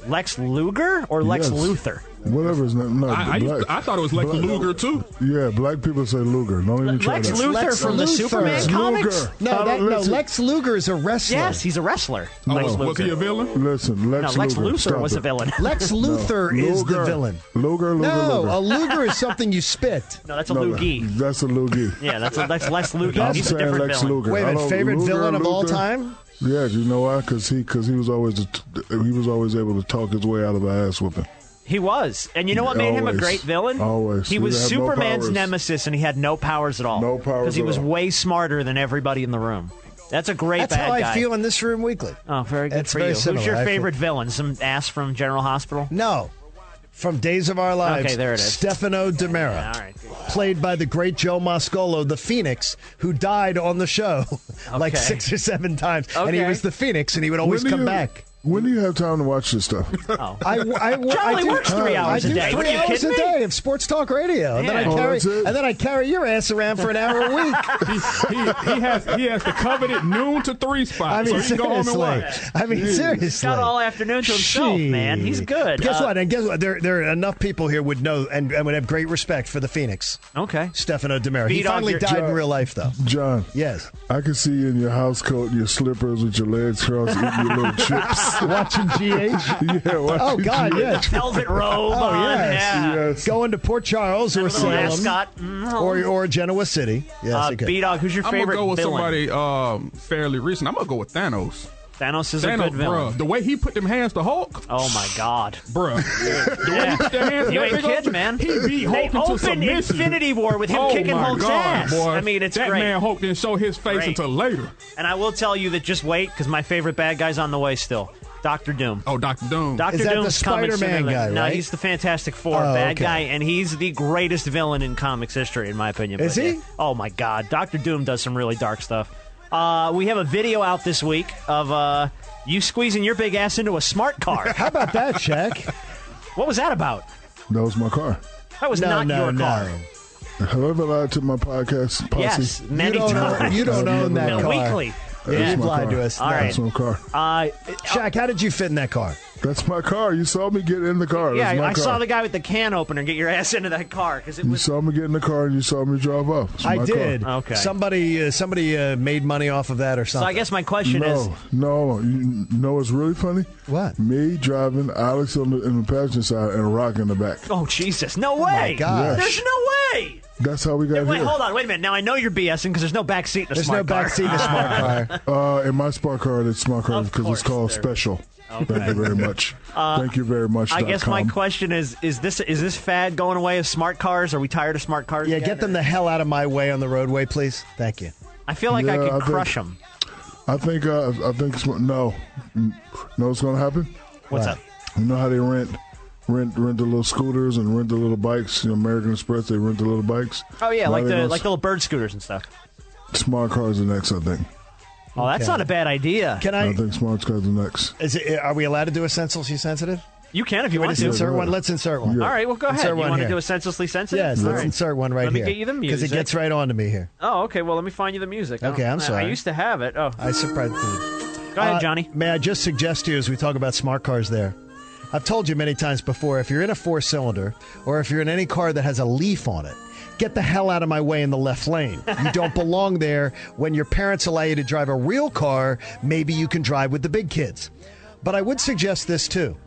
Speaker 8: Lex Luger or Lex
Speaker 5: Yes.
Speaker 8: Luthor?
Speaker 5: Whatever is not. not
Speaker 9: I, I, used to- I thought it was Lex Luger too.
Speaker 5: Yeah, black people say Luger. Don't even try
Speaker 8: Lex
Speaker 5: that.
Speaker 8: Luthor
Speaker 3: Lex
Speaker 8: from the
Speaker 3: Luthor.
Speaker 8: Superman
Speaker 3: Lex
Speaker 8: comics.
Speaker 5: Luger.
Speaker 3: No,
Speaker 5: Uh,
Speaker 3: that, no.
Speaker 5: listen.
Speaker 3: Lex Luger is a wrestler.
Speaker 8: Yes, he's a wrestler. Lex
Speaker 9: Oh, was
Speaker 8: Luthor.
Speaker 9: he a villain?
Speaker 5: Listen,
Speaker 8: No,
Speaker 5: Lex
Speaker 8: Lex
Speaker 5: Luger.
Speaker 8: Luthor
Speaker 5: stop
Speaker 8: was
Speaker 5: it.
Speaker 8: a villain.
Speaker 3: Lex Luthor is the
Speaker 5: Luger.
Speaker 3: villain.
Speaker 5: Luger, Luger,
Speaker 3: no,
Speaker 5: Luger.
Speaker 3: a luger is something you spit.
Speaker 8: No, that's a
Speaker 5: No,
Speaker 8: loogie.
Speaker 5: That's a loogie.
Speaker 8: Yeah, that's a, that's Lex Luger.
Speaker 5: I'm
Speaker 8: He's a
Speaker 5: saying
Speaker 8: different
Speaker 5: Lex
Speaker 8: villain.
Speaker 5: Luger.
Speaker 3: Wait a
Speaker 5: I
Speaker 3: minute,
Speaker 5: don't-
Speaker 3: favorite
Speaker 5: Luger,
Speaker 3: villain of all
Speaker 5: Luther-
Speaker 3: time?
Speaker 5: Yeah, you know why? Because he, cause he was always the t- he was always able to talk his way out of an ass whooping.
Speaker 8: He was, and you know what made him a
Speaker 5: Always.
Speaker 8: great villain?
Speaker 5: Always.
Speaker 8: He
Speaker 5: He
Speaker 8: was
Speaker 5: had no
Speaker 8: Superman's
Speaker 5: powers.
Speaker 8: nemesis, and he had no powers at all.
Speaker 5: No powers
Speaker 8: because he
Speaker 5: at
Speaker 8: was
Speaker 5: all.
Speaker 8: way smarter than everybody in the room. That's a great
Speaker 3: That's
Speaker 8: bad
Speaker 3: how I
Speaker 8: guy.
Speaker 3: feel in this room weekly.
Speaker 8: Oh, very good
Speaker 3: It's
Speaker 8: for
Speaker 3: very
Speaker 8: you.
Speaker 3: similar,
Speaker 8: Who's your
Speaker 3: I feel-
Speaker 8: favorite villain? Some ass from General Hospital?
Speaker 3: No. From Days of Our Lives.
Speaker 8: Okay, there it is.
Speaker 3: Stefano Demera.
Speaker 8: All right.
Speaker 3: played by the great Joe Moscolo, the Phoenix, who died on the show like
Speaker 8: Okay.
Speaker 3: six or seven times. And he
Speaker 8: Okay.
Speaker 3: was the Phoenix, and he would always
Speaker 5: When do
Speaker 3: come
Speaker 5: you-
Speaker 3: back.
Speaker 5: When do you have time to watch this stuff?
Speaker 8: Oh.
Speaker 3: I, I, I
Speaker 8: Charlie
Speaker 3: do-
Speaker 8: works three hours
Speaker 3: I
Speaker 8: a
Speaker 3: do
Speaker 8: day.
Speaker 3: Three
Speaker 8: What are you
Speaker 3: hours a
Speaker 8: kidding me?
Speaker 3: day of sports talk radio, and then I
Speaker 8: Yeah.
Speaker 5: Oh,
Speaker 3: carry
Speaker 5: that's it?
Speaker 3: and then I carry your ass around for an hour a week.
Speaker 9: he, he, he has he has the coveted noon to three spot.
Speaker 3: I mean,
Speaker 9: so you can go home and
Speaker 3: seriously.
Speaker 9: watch.
Speaker 3: I mean, seriously.
Speaker 8: He's got all afternoon to himself,
Speaker 3: Gee.
Speaker 8: man. He's good.
Speaker 3: Guess
Speaker 8: Uh,
Speaker 3: what? And guess what? There, there are enough people here would know and, and would have great respect for the Phoenix,
Speaker 8: Okay.
Speaker 3: Stefano Demera. He
Speaker 8: Beat Oh. on
Speaker 3: finally
Speaker 8: your-
Speaker 3: died in
Speaker 5: Joe-
Speaker 3: real life, though.
Speaker 5: John.
Speaker 3: Yes.
Speaker 5: I can see you in your house coat, and your slippers with your legs crossed, eating your little chips.
Speaker 3: Watching GH.
Speaker 5: yeah, watch
Speaker 3: Oh,
Speaker 5: you
Speaker 3: God,
Speaker 5: do that.
Speaker 3: yes.
Speaker 8: Velvet robe.
Speaker 3: Oh,
Speaker 8: on,
Speaker 3: yes,
Speaker 8: Yeah.
Speaker 5: Yes.
Speaker 3: Going to Port Charles or
Speaker 8: Little
Speaker 3: Salem
Speaker 8: ascot. Mhm.
Speaker 3: or, or Genoa City. Yes,
Speaker 8: Uh,
Speaker 3: it could.
Speaker 8: B Dog, who's your
Speaker 9: I'm gonna
Speaker 8: favorite
Speaker 9: go with
Speaker 8: villain?
Speaker 9: somebody um, fairly recent. I'm gonna go with Thanos.
Speaker 8: Thanos is a
Speaker 9: Thanos,
Speaker 8: good villain.
Speaker 9: bruh, the way he put them hands to Hulk,
Speaker 8: Oh my God!
Speaker 9: bruh. the way he
Speaker 8: Yeah.
Speaker 9: put them hands,
Speaker 8: You
Speaker 9: that
Speaker 8: ain't
Speaker 9: big old-
Speaker 8: kidding, man.
Speaker 9: He beat
Speaker 8: they
Speaker 9: Hulk into
Speaker 8: opened
Speaker 9: submission.
Speaker 8: Infinity War with him
Speaker 9: oh
Speaker 8: kicking
Speaker 9: my
Speaker 8: Hulk's
Speaker 9: God,
Speaker 8: ass.
Speaker 9: Boy.
Speaker 8: I mean, it's
Speaker 9: that
Speaker 8: great.
Speaker 9: man Hulk didn't show his face
Speaker 8: Great.
Speaker 9: until later.
Speaker 8: And I will tell you that just wait, because my favorite bad guy's on the way still. Doctor Doom.
Speaker 9: Oh, Doctor Doom.
Speaker 8: Doctor
Speaker 3: that the
Speaker 8: Doom's coming sooner
Speaker 3: Spider-Man
Speaker 8: than-
Speaker 3: guy,
Speaker 8: No,
Speaker 3: right?
Speaker 8: he's the Fantastic Four
Speaker 3: Oh,
Speaker 8: bad
Speaker 3: okay.
Speaker 8: guy, and he's the greatest villain in comics history, in my opinion.
Speaker 3: Is
Speaker 8: But,
Speaker 3: he?
Speaker 8: yeah. Oh my God, Doctor Doom does some really dark stuff. Uh, we have a video out this week of uh, you squeezing your big ass into a smart car.
Speaker 3: How about that, Shaq?
Speaker 8: what was that about?
Speaker 5: That was my car.
Speaker 8: That was
Speaker 3: no,
Speaker 8: not
Speaker 3: no,
Speaker 8: your
Speaker 3: no.
Speaker 8: car.
Speaker 5: However, I took my podcast posse.
Speaker 8: Yes,
Speaker 3: You
Speaker 8: many
Speaker 3: don't, own,
Speaker 8: times.
Speaker 3: you don't own that
Speaker 8: No,
Speaker 3: car.
Speaker 8: weekly.
Speaker 5: That's
Speaker 3: Yeah,
Speaker 5: my
Speaker 3: you lied
Speaker 5: car.
Speaker 3: to us.
Speaker 8: All
Speaker 3: No.
Speaker 8: right.
Speaker 5: That's my car.
Speaker 8: Uh,
Speaker 3: Shaq, how did you fit in that car?
Speaker 5: That's my car. You saw me get in the car.
Speaker 8: yeah,
Speaker 5: That's my
Speaker 8: I
Speaker 5: car.
Speaker 8: saw the guy with the can opener get your ass into that car because it
Speaker 5: You
Speaker 8: was.
Speaker 5: saw me get in the car and you saw me drive off. It's
Speaker 3: I
Speaker 5: my
Speaker 3: did.
Speaker 5: Car.
Speaker 8: Okay.
Speaker 3: Somebody, uh, somebody uh, made money off of that or
Speaker 8: So
Speaker 3: something.
Speaker 8: I guess my question is,
Speaker 5: No, no. You know what's really funny?
Speaker 3: What?
Speaker 5: Me driving, Alex on the, in the passenger side, and Rock in the back.
Speaker 8: oh Jesus, no way!
Speaker 3: gosh.
Speaker 8: There's no way.
Speaker 5: That's how we got
Speaker 8: Wait,
Speaker 5: here.
Speaker 8: hold on, wait a minute. Now I know you're BSing because there's no backseat in a
Speaker 3: There's
Speaker 8: smart
Speaker 3: no
Speaker 8: car.
Speaker 3: backseat in a smart car.
Speaker 5: Uh, in my smart car, it's smart car
Speaker 8: Of
Speaker 5: because
Speaker 8: course
Speaker 5: it's called
Speaker 8: there-
Speaker 5: special.
Speaker 8: Okay. Uh,
Speaker 5: Thank you very much. Thank you very much.
Speaker 8: I
Speaker 5: dot
Speaker 8: guess my
Speaker 5: com.
Speaker 8: question is: Is this is this fad going away of smart cars? Are we tired of smart cars?
Speaker 3: Yeah,
Speaker 8: again?
Speaker 3: get them the hell out of my way on the roadway, please. Thank you.
Speaker 8: I feel like I
Speaker 5: Yeah,
Speaker 8: could
Speaker 5: I think-
Speaker 8: crush them.
Speaker 5: I think. Uh, I think. It's, no. No, what's going to happen?
Speaker 8: What's up?
Speaker 5: You know how they rent, rent, rent the little scooters and rent the little bikes. You know, American Express, they rent the little bikes.
Speaker 8: Oh yeah,
Speaker 5: Now
Speaker 8: like
Speaker 5: they
Speaker 8: the
Speaker 5: gonna-
Speaker 8: like the little bird scooters and stuff.
Speaker 5: smart cars are next. I think.
Speaker 8: Oh, that's
Speaker 3: Okay.
Speaker 8: not a bad idea.
Speaker 3: Can
Speaker 5: I
Speaker 3: I?
Speaker 5: think smart cars are next.
Speaker 3: Is it, are we allowed to do a senselessly sensitive?
Speaker 8: You can if you
Speaker 3: Can we
Speaker 8: want
Speaker 3: just
Speaker 8: to.
Speaker 3: insert
Speaker 5: Yeah.
Speaker 3: one? Let's insert one.
Speaker 8: All right, well go
Speaker 3: Insert
Speaker 8: ahead. You
Speaker 3: one
Speaker 8: want to
Speaker 3: here.
Speaker 8: do a senselessly sensitive?
Speaker 3: Yes,
Speaker 8: All
Speaker 3: let's
Speaker 8: right.
Speaker 3: insert one right
Speaker 8: Let me
Speaker 3: here.
Speaker 8: get you the
Speaker 3: Because
Speaker 8: music.
Speaker 3: it gets right on to me here.
Speaker 8: Oh, okay. Well, let me find you the music. I don't-
Speaker 3: Okay, I'm
Speaker 8: I- I
Speaker 3: sorry.
Speaker 8: used to have it. Oh,
Speaker 3: I surprised you.
Speaker 8: go ahead,
Speaker 3: Uh,
Speaker 8: Johnny.
Speaker 3: May I just suggest to you as we talk about smart cars there? I've told you many times before if you're in a four cylinder or if you're in any car that has a leaf on it, get the hell out of my way in the left lane. You don't belong there. When your parents allow you to drive a real car, maybe you can drive with the big kids. But I would suggest this too.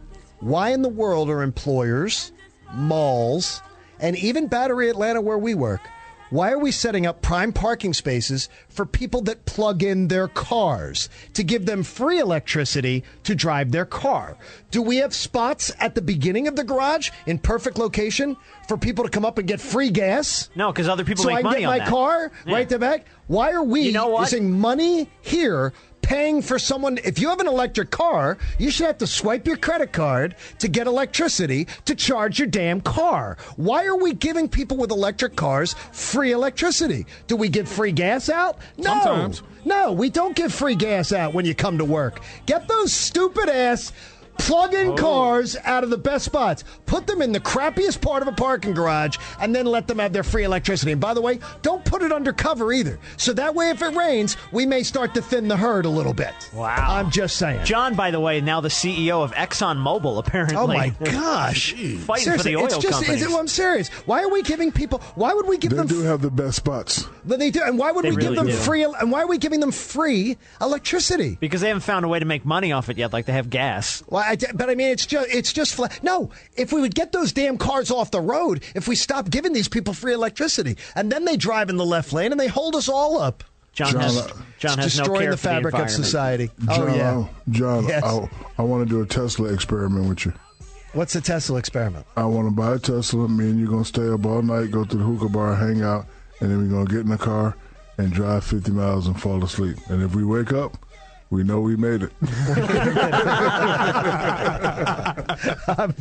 Speaker 3: Why in the world are employers, malls, and even Battery Atlanta, where we work, Why are we setting up prime parking spaces for people that plug in their cars to give them free electricity to drive their car? Do we have spots at the beginning of the garage in perfect location for people to come up and get free gas?
Speaker 8: No, because other people
Speaker 3: so
Speaker 8: make
Speaker 3: I can
Speaker 8: money
Speaker 3: get
Speaker 8: on
Speaker 3: my
Speaker 8: that.
Speaker 3: car
Speaker 8: Yeah.
Speaker 3: right there back. Why are we
Speaker 8: You know what?
Speaker 3: using money here? Paying for someone, if you have an electric car, you should have to swipe your credit card to get electricity to charge your damn car. Why are we giving people with electric cars free electricity? Do we give free gas out? No.
Speaker 9: Sometimes.
Speaker 3: No, we don't give free gas out when you come to work. Get those stupid ass plug
Speaker 8: Oh.
Speaker 3: in cars out of the best spots. Put them in the crappiest part of a parking garage and then let them have their free electricity. And by the way, don't put it undercover either. So that way, if it rains, we may start to thin the herd a little bit.
Speaker 8: Wow.
Speaker 3: I'm just saying.
Speaker 8: John, by the way, now the CEO of ExxonMobil, apparently.
Speaker 3: Oh my gosh!
Speaker 8: Fighting
Speaker 3: Seriously,
Speaker 8: for the oil
Speaker 3: it's just,
Speaker 8: companies.
Speaker 3: it's- I'm serious. Why are we giving people? Why would we give
Speaker 5: They
Speaker 3: them?
Speaker 5: do have the best spots.
Speaker 3: they do, and why would
Speaker 8: They
Speaker 3: we
Speaker 8: really
Speaker 3: give them
Speaker 8: do.
Speaker 3: free? And why are we giving them free electricity?
Speaker 8: Because they haven't found a way to make money off it yet, like they have gas.
Speaker 3: Well, I, but I mean, it's just it's just flat. No, if we would get those damn cars off the road, if we stopped giving these people free electricity, and then they drive in the left lane and they hold us all up,
Speaker 8: John,
Speaker 5: John,
Speaker 8: has
Speaker 5: uh,
Speaker 8: John
Speaker 3: It's
Speaker 8: has no
Speaker 3: destroying
Speaker 8: care
Speaker 3: the
Speaker 8: for
Speaker 3: fabric of
Speaker 8: environment.
Speaker 3: society.
Speaker 5: John,
Speaker 3: oh yeah,
Speaker 5: I- John,
Speaker 3: Yes.
Speaker 5: I, I want to do a Tesla experiment with you.
Speaker 3: what's the Tesla experiment?
Speaker 5: I want to buy a Tesla. Me and you gonna stay up all night, go to the hookah bar, hang out, and then we're gonna get in the car and drive 50 miles and fall asleep. And if we wake up, we know we made it.
Speaker 3: I'm,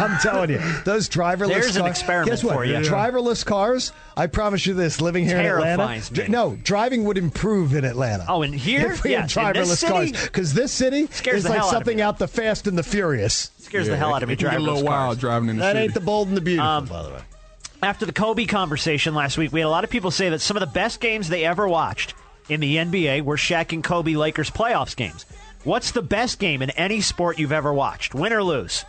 Speaker 3: I'm telling you, those driverless
Speaker 8: There's
Speaker 3: cars.
Speaker 8: an experiment
Speaker 3: guess what?
Speaker 8: for you. Yeah.
Speaker 3: Driverless cars. I promise you this. Living here in
Speaker 8: Terrifies
Speaker 3: Atlanta,
Speaker 8: me.
Speaker 3: no driving would improve in Atlanta.
Speaker 8: Oh, and here?
Speaker 3: if we had
Speaker 8: Yes, in this
Speaker 3: driverless
Speaker 8: city?
Speaker 3: cars, because this city
Speaker 8: Scares
Speaker 3: is
Speaker 8: the
Speaker 3: like
Speaker 8: hell out of
Speaker 3: something
Speaker 8: me.
Speaker 3: out the Fast and the Furious.
Speaker 8: Scares the hell out of me
Speaker 9: It can get
Speaker 8: driving
Speaker 9: a little
Speaker 8: those cars.
Speaker 9: wild driving in the
Speaker 3: That
Speaker 9: city.
Speaker 3: ain't the bold and the beautiful,
Speaker 8: Um,
Speaker 3: by the way.
Speaker 8: After the Kobe conversation last week, we had a lot of people say that some of the best games they ever watched in the NBA were Shaq and Kobe Lakers playoffs games. What's the best game in any sport you've ever watched, win or lose?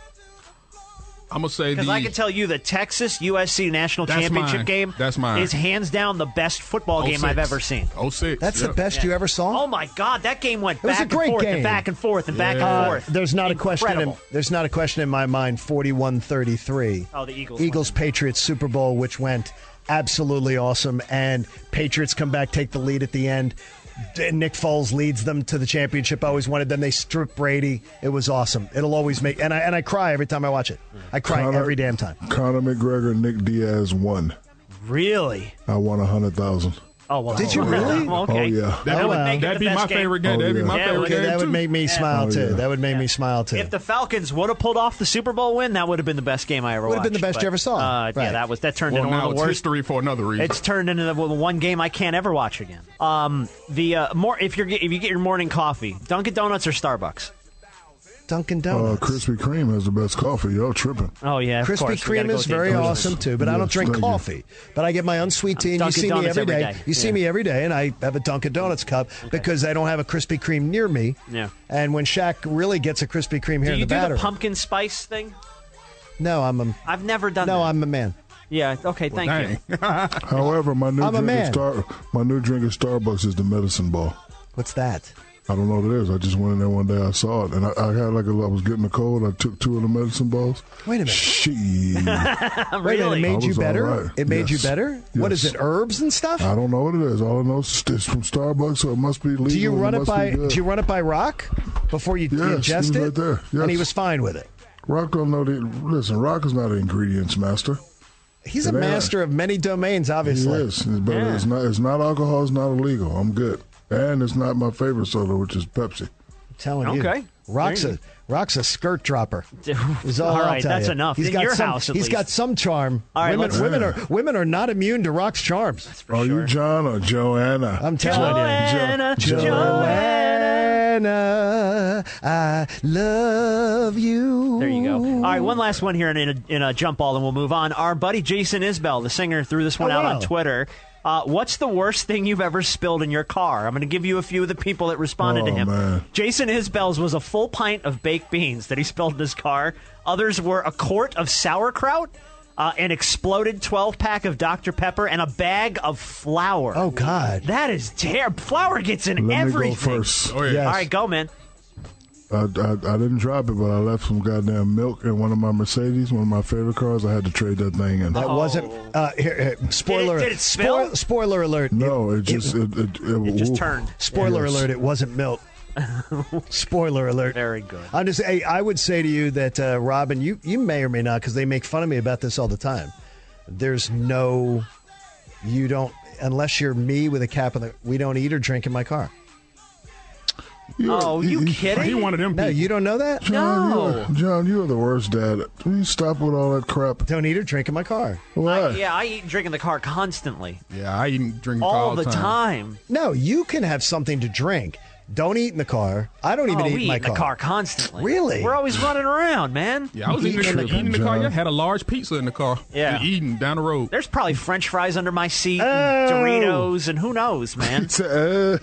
Speaker 9: I'm gonna say
Speaker 8: Because
Speaker 9: the
Speaker 8: I can tell you the Texas USC national
Speaker 9: That's
Speaker 8: championship
Speaker 9: mine.
Speaker 8: game
Speaker 9: That's mine.
Speaker 8: is hands down the best football
Speaker 9: 06.
Speaker 8: game I've ever seen.
Speaker 9: 06.
Speaker 3: That's
Speaker 9: yeah.
Speaker 3: the best you ever
Speaker 8: Oh
Speaker 3: saw.
Speaker 8: my God, that game went
Speaker 3: was
Speaker 8: back
Speaker 3: a great
Speaker 8: and forth
Speaker 3: game. Uh,
Speaker 8: and back and forth and back
Speaker 9: Yeah.
Speaker 8: and forth.
Speaker 3: There's not a question. In,
Speaker 8: Incredible.
Speaker 3: there's not a question in my mind. 41-33.
Speaker 8: Oh, the Eagles
Speaker 3: Eagles Patriots Super Bowl, which went absolutely awesome, and Patriots come back, take the lead at the end. D- Nick Foles leads them to the championship. I always wanted them. They strip Brady. It was awesome. It'll always make and I and I cry every time I watch it.
Speaker 8: Mm.
Speaker 3: I cry
Speaker 5: Connor-
Speaker 3: every damn time.
Speaker 5: Conor McGregor, and Nick Diaz won.
Speaker 8: Really?
Speaker 5: I won a hundred thousand.
Speaker 8: Oh well.
Speaker 3: Did you really?
Speaker 8: okay.
Speaker 5: Oh, yeah.
Speaker 8: That
Speaker 3: Oh,
Speaker 8: would
Speaker 3: wow.
Speaker 8: make it
Speaker 9: That'd
Speaker 8: the
Speaker 9: be
Speaker 8: best
Speaker 9: my
Speaker 8: game.
Speaker 9: favorite game. That'd be
Speaker 5: Oh,
Speaker 9: my
Speaker 8: yeah.
Speaker 9: favorite
Speaker 8: Yeah,
Speaker 9: game
Speaker 3: That would
Speaker 9: too.
Speaker 3: make me smile
Speaker 5: Oh,
Speaker 3: too.
Speaker 5: yeah.
Speaker 3: That would make me smile too.
Speaker 8: If the Falcons would have pulled off the Super Bowl win, that would have been the best game I ever
Speaker 3: Would have
Speaker 8: watched.
Speaker 3: been the best
Speaker 8: but,
Speaker 3: you ever saw.
Speaker 8: Uh,
Speaker 3: Right.
Speaker 8: Yeah, that was that turned
Speaker 9: Well,
Speaker 8: into one
Speaker 9: now
Speaker 8: of the
Speaker 9: it's
Speaker 8: worst.
Speaker 9: history for another reason.
Speaker 8: It's turned into the one game I can't ever watch again. Um, the uh, more if you're get- if you get your morning coffee, Dunkin' Donuts or Starbucks.
Speaker 3: Dunkin'
Speaker 5: Uh,
Speaker 3: Donuts.
Speaker 5: Krispy Kreme has the best coffee. Y'all tripping?
Speaker 8: Oh yeah, of
Speaker 3: Krispy
Speaker 8: course, we gotta
Speaker 3: Kreme
Speaker 8: go
Speaker 3: is
Speaker 8: with the
Speaker 3: very
Speaker 8: original.
Speaker 3: awesome too, but I don't
Speaker 5: Yes,
Speaker 3: drink
Speaker 5: thank you.
Speaker 3: coffee. But I get my unsweet tea, and you
Speaker 8: Dunkin'
Speaker 3: see me
Speaker 8: Donuts
Speaker 3: every
Speaker 8: every
Speaker 3: day.
Speaker 8: day.
Speaker 3: You see
Speaker 8: Yeah.
Speaker 3: me every day, and I have a Dunkin' Donuts cup because I don't have a Krispy Kreme near me.
Speaker 8: Yeah.
Speaker 3: And when Shaq really gets a Krispy Kreme here
Speaker 8: Do
Speaker 3: in
Speaker 8: you
Speaker 3: the
Speaker 8: do
Speaker 3: battery,
Speaker 8: the pumpkin spice thing?
Speaker 3: no, I'm a
Speaker 8: I've never done
Speaker 3: no,
Speaker 8: that.
Speaker 3: I'm a man.
Speaker 8: yeah. Okay, thank you.
Speaker 9: Dang.
Speaker 5: However, my new
Speaker 3: I'm a
Speaker 5: drink
Speaker 3: man.
Speaker 5: at Star- my new drink at Starbucks is the medicine ball.
Speaker 3: What's that?
Speaker 5: I don't know what it is. I just went in there one day. I saw it, and I, I had like a. I was getting a cold. I took two of the medicine balls.
Speaker 3: Wait a minute.
Speaker 5: Shit.
Speaker 3: Wait, and it
Speaker 8: Really?
Speaker 5: I
Speaker 3: made you
Speaker 5: was
Speaker 3: better.
Speaker 5: all right.
Speaker 3: It made you
Speaker 5: Yes.
Speaker 3: better. What is
Speaker 5: Yes.
Speaker 3: it? Herbs and stuff.
Speaker 5: I don't know what it is. All I know is it's from Starbucks, so it must be legal.
Speaker 3: do you
Speaker 5: and
Speaker 3: run it
Speaker 5: must be
Speaker 3: by?
Speaker 5: good.
Speaker 3: Do you run it by Rock before you, you
Speaker 5: Yes, he
Speaker 3: ingest
Speaker 5: was
Speaker 3: it?
Speaker 5: right there.
Speaker 3: And he
Speaker 5: Yes.
Speaker 3: was fine with it.
Speaker 5: Rock don't know the. Listen, Rock is not an ingredients master.
Speaker 3: He's a
Speaker 5: It ain't.
Speaker 3: master of many domains,
Speaker 5: He
Speaker 3: obviously.
Speaker 5: is, but it's not. It's not alcohol. It's not illegal. I'm good, and it's not my favorite soda, which is Pepsi.
Speaker 3: telling you.
Speaker 8: Okay.
Speaker 3: Rock's
Speaker 8: There
Speaker 3: a
Speaker 8: you
Speaker 3: Rock's a skirt dropper. Is all,
Speaker 8: All
Speaker 3: I'll
Speaker 8: right,
Speaker 3: tell
Speaker 8: that's
Speaker 3: you.
Speaker 8: enough.
Speaker 3: He's
Speaker 8: In
Speaker 3: got
Speaker 8: your
Speaker 3: some,
Speaker 8: house, at
Speaker 3: he's
Speaker 8: least.
Speaker 3: got some charm.
Speaker 8: All right,
Speaker 3: women
Speaker 8: let's-
Speaker 3: women
Speaker 5: Yeah.
Speaker 3: are women are not immune to Rock's charms.
Speaker 5: Are you John or Joanna?
Speaker 3: I'm telling
Speaker 8: Joanna,
Speaker 3: you, Joanna, I love you.
Speaker 8: There you go. All right, one last one here in, in, a, in a jump ball, and we'll move on. Our buddy Jason Isbell, the singer, threw this one
Speaker 3: Oh,
Speaker 8: out
Speaker 3: wow.
Speaker 8: on Twitter. Uh, what's the worst thing you've ever spilled in your car? I'm going to give you a few of the people that responded to
Speaker 5: Oh,
Speaker 8: him.
Speaker 5: man.
Speaker 8: Jason Isbell's was a full pint of baked beans that he spilled in his car. Others were a quart of sauerkraut, uh, an exploded 12 pack of Dr. Pepper, and a bag of flour.
Speaker 3: Oh God.
Speaker 8: That is terrible. Flour gets in
Speaker 5: Let
Speaker 8: everything.
Speaker 5: me go first.
Speaker 9: Oh yeah.
Speaker 3: Yes.
Speaker 8: All right, go, man.
Speaker 5: I, I, I didn't drop it, but I left some goddamn milk in one of my Mercedes, one of my favorite cars. I had to trade that thing in.
Speaker 3: That wasn't uh, here, here, spoiler.
Speaker 8: Oh. did it spill?
Speaker 3: spoil- spoiler alert.
Speaker 5: no, it just it, it, it,
Speaker 8: It just
Speaker 5: woo.
Speaker 8: turned.
Speaker 3: Spoiler
Speaker 5: Yes.
Speaker 3: alert, it wasn't milk. Spoiler alert.
Speaker 8: Very good.
Speaker 3: I'm just, hey, I would say to you that, uh, Robin, you, you may or may not, because they make fun of me about this all the time. There's no, you don't, unless you're me with a cap on the, we don't eat or drink in my car.
Speaker 5: You're-
Speaker 8: Oh, you kidding?
Speaker 9: He wanted them.
Speaker 3: No, you don't know that?
Speaker 5: John,
Speaker 8: No.
Speaker 5: you are, John, you are the worst dad. Please stop with all that crap.
Speaker 3: Don't eat or drink in my car.
Speaker 5: Why?
Speaker 8: I, yeah, I eat and drink in the car constantly,
Speaker 9: Yeah, I eat and drink
Speaker 8: all,
Speaker 9: all
Speaker 8: the time.
Speaker 3: No, you can have something to drink. Don't eat in the car. I don't even
Speaker 8: oh,
Speaker 3: eat
Speaker 8: we
Speaker 3: in my
Speaker 8: in the car constantly.
Speaker 3: Really?
Speaker 8: We're always running around, man.
Speaker 9: Yeah, I was eating, in the, eating in the car.
Speaker 5: John.
Speaker 9: Yeah, had a large pizza in the car.
Speaker 8: Yeah.
Speaker 9: and eating down the road.
Speaker 8: There's probably French fries under my seat,
Speaker 3: Oh.
Speaker 8: and Doritos, and who knows, man.
Speaker 5: It's a-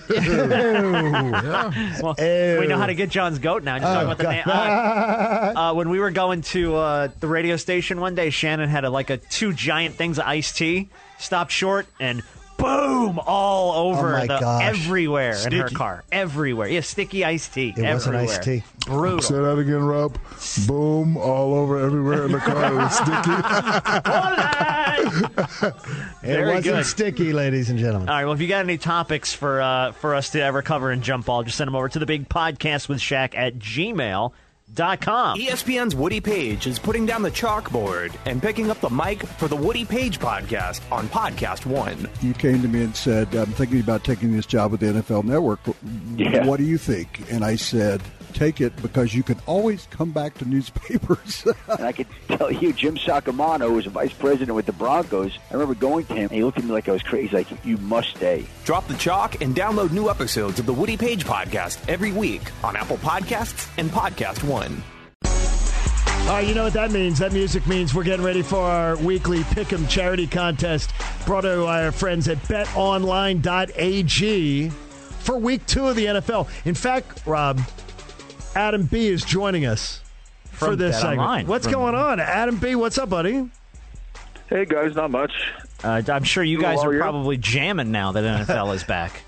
Speaker 8: Well,
Speaker 3: Ew.
Speaker 8: we know how to get John's goat now. Just talk
Speaker 3: Oh,
Speaker 8: about the name. Uh, uh, when we were going to uh, the radio station one day, Shannon had a, like a two giant things of iced tea. Stopped short and boom, all over
Speaker 3: Oh my
Speaker 8: the
Speaker 3: gosh.
Speaker 8: everywhere in her
Speaker 9: Sticky.
Speaker 8: car, everywhere. Yeah, sticky iced tea.
Speaker 3: It wasn't
Speaker 8: everywhere.
Speaker 3: iced tea.
Speaker 5: Say
Speaker 8: Brutal.
Speaker 5: that again, Rob. Boom, all over, everywhere in the car. It was sticky.
Speaker 3: It
Speaker 8: Very
Speaker 3: wasn't
Speaker 8: good.
Speaker 3: sticky, ladies and gentlemen.
Speaker 8: All right. Well, if you got any topics for uh, for us to ever cover in jump ball, just send them over to the big podcast with Shaq at gmail.com.
Speaker 1: E ESPN's Woody Page is putting down the chalkboard and picking up the mic for the Woody Page podcast on Podcast One.
Speaker 4: You came to me and said, I'm thinking about taking this job with the NFL Network. What do you think? And I said, take it because you can always come back to newspapers.
Speaker 10: And I could tell you, Jim Sacamano was a vice president with the Broncos. I remember going to him, and he looked at me like I was crazy. He's like, you must stay.
Speaker 1: Drop the chalk and download new episodes of the Woody Page podcast every week on Apple Podcasts and Podcast One.
Speaker 3: All right, you know what that means? That music means we're getting ready for our weekly Pick'em charity contest brought to you by our friends at betonline.ag for week two of the NFL. In fact, Rob, Adam B is joining us for
Speaker 8: From
Speaker 3: this
Speaker 8: Bet
Speaker 3: segment.
Speaker 8: Online.
Speaker 3: What's
Speaker 8: From-
Speaker 3: going on? Adam B, what's up, buddy?
Speaker 10: Hey, guys, not much.
Speaker 8: Uh, I'm sure you guys
Speaker 10: How
Speaker 8: are
Speaker 10: are you?
Speaker 8: probably jamming now that NFL is back.